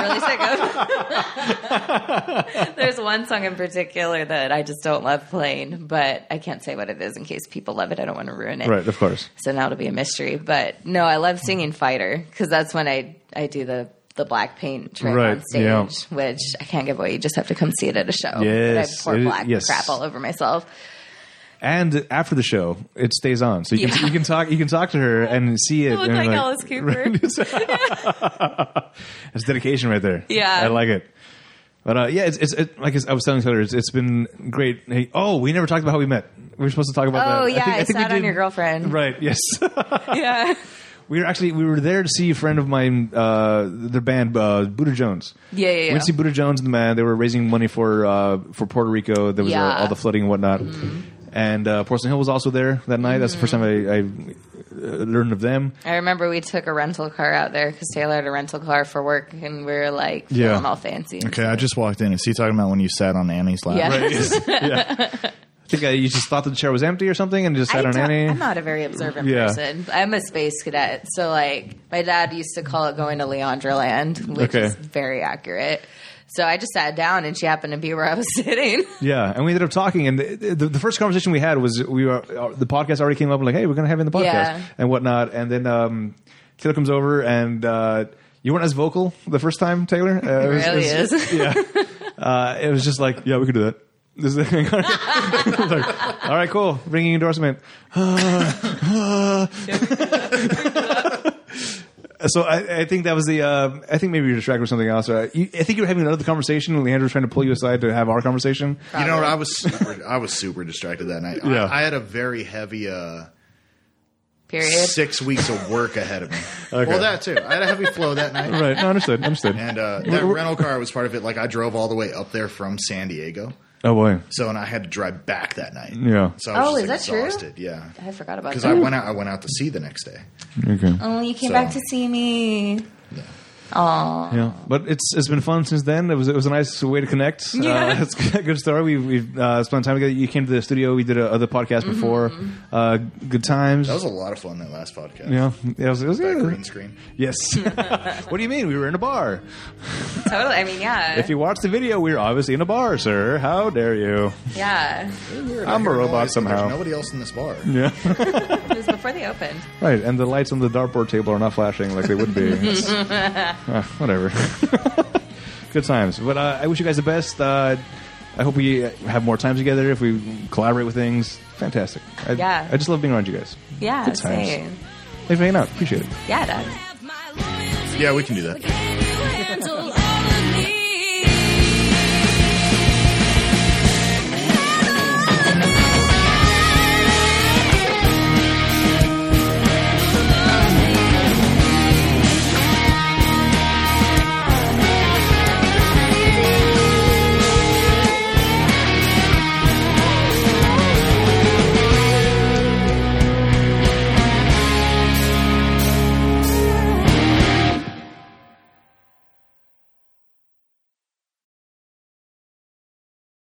D: really sick
E: <laughs>
D: of. There's one song in particular that I just don't love playing, but I can't say what it is in case people love it. I don't want to ruin it.
E: Right. Of course.
D: So now it'll be a mystery. But no, I love singing Fighter because that's when I, I do the, the black paint trick
E: Right,
D: on stage,
E: yeah.
D: which I can't give away. You just have to come see it at a show.
E: Yes, it
D: But I pour
E: is-
D: black
E: yes.
D: crap all over myself.
E: And after the show, it stays on, so you,
D: Yeah.
E: can, you can talk. You can talk to her and see it.
D: look
E: and
D: like
E: <laughs>
D: Alice Cooper.
E: That's dedication right there.
D: Yeah.
E: I like it. But uh, yeah, it's, it's it, like I was telling Taylor, it's, it's been great. Hey, oh, we never talked about how we met. We were supposed to talk about that.
D: Oh, yeah, I,
E: we
D: sat on
E: did-
D: your girlfriend.
E: Right. Yes. <laughs>
D: Yeah.
E: We were actually we were there to see a friend of mine, uh, their band, uh, Buddha Jones.
D: Yeah, yeah,
E: We
D: yeah.
E: went to see Buddha Jones and the man. They were raising money for uh, for Puerto Rico. There was uh,
D: Yeah. Mm-hmm.
E: all the flooding and whatnot. And uh, Porcelain Hill was also there that night. That's the first time I, I uh, learned of
D: <laughs>
E: them.
D: I remember we took a rental car out there because Taylor had a rental car for work, and we were like,
E: Yeah.
D: yeah, all fancy.
F: Okay, I just walked in. Is he talking about when you sat on Annie's lap?
D: Yeah.
E: yeah. I think uh, you just thought that the chair was empty or something and just
D: <laughs> I
E: sat on
D: don't-
E: Annie.
D: I'm not a very observant
E: Yeah.
D: person. I'm a space cadet, so like my dad used to call it going to Leandra Land, which
E: Okay.
D: is very accurate. So I just sat down, and she happened to be where I was <laughs> sitting.
E: Yeah, and we ended up talking, and the, the, the first conversation we had was we were uh, the podcast already came up like, hey, we're gonna have you in the podcast
D: Yeah.
E: and whatnot, and then um, Taylor comes over and uh, you weren't as vocal the first time, Taylor. Uh, it was-
D: really
E: it was-
D: is. <laughs>
E: Yeah, uh, it was just like, yeah, we could do that. This is <laughs> the- Like, all right, cool. Ringing endorsement. <laughs> So I, I think that was the. Uh, I think maybe you were distracted with something else. Uh, you, I think you were having another conversation, and Leandro was trying to pull you aside to have our conversation.
F: You know, I was super, I was super distracted that night.
E: Yeah.
F: I, I had a very heavy uh,
D: period.
F: six weeks of work ahead of me.
E: Okay.
F: Well, that too. I had a heavy flow that night.
E: <laughs> Right. No, understood. Understood.
F: And uh, that rental car was part of it. Like I drove all the way up there from San Diego,
E: oh boy.
F: so and I had to drive back that night.
E: Yeah.
F: So I
D: Oh,
F: was just, like,
D: is that true?
F: exhausted. Yeah.
D: I forgot about
F: Because
D: that.
F: I went out. I went out to sea the next day.
E: Okay.
D: oh, you came
F: So-
D: back to see me.
E: Yeah, but it's it's been fun since then. It was it was a nice way to connect.
D: Yeah.
E: Uh, <laughs> it's a good story. We've we've uh, spent time together. You came to the studio. We did a other podcast before. Uh, good times.
F: Mm-hmm. That was a lot of fun. That last podcast.
E: yeah, yeah, it was, it was
F: That
E: good.
F: green screen. <laughs>
E: Yes. what do you mean? We were in a bar.
D: Totally. I mean, yeah.
E: If you watch the video, we were obviously in a bar, sir. How dare you?
D: yeah.
F: Really weird.
E: I'm
F: I hear
E: a robot
F: noise, but there's
E: somehow.
F: Nobody else in this bar.
E: Yeah.
D: It was before they opened.
E: right, and the lights on the dartboard table are not flashing like they would be. It's- uh, whatever. <laughs> good times. But uh, I wish you guys the best. Uh, I hope we have more time together. If we collaborate with things, fantastic. I,
D: Yeah.
E: I just love being around you guys.
D: Yeah.
E: Good times.
D: same.
E: Thanks for hanging out. Appreciate it.
D: Yeah, that's.
F: Yeah, we can do that.
C: Can you handle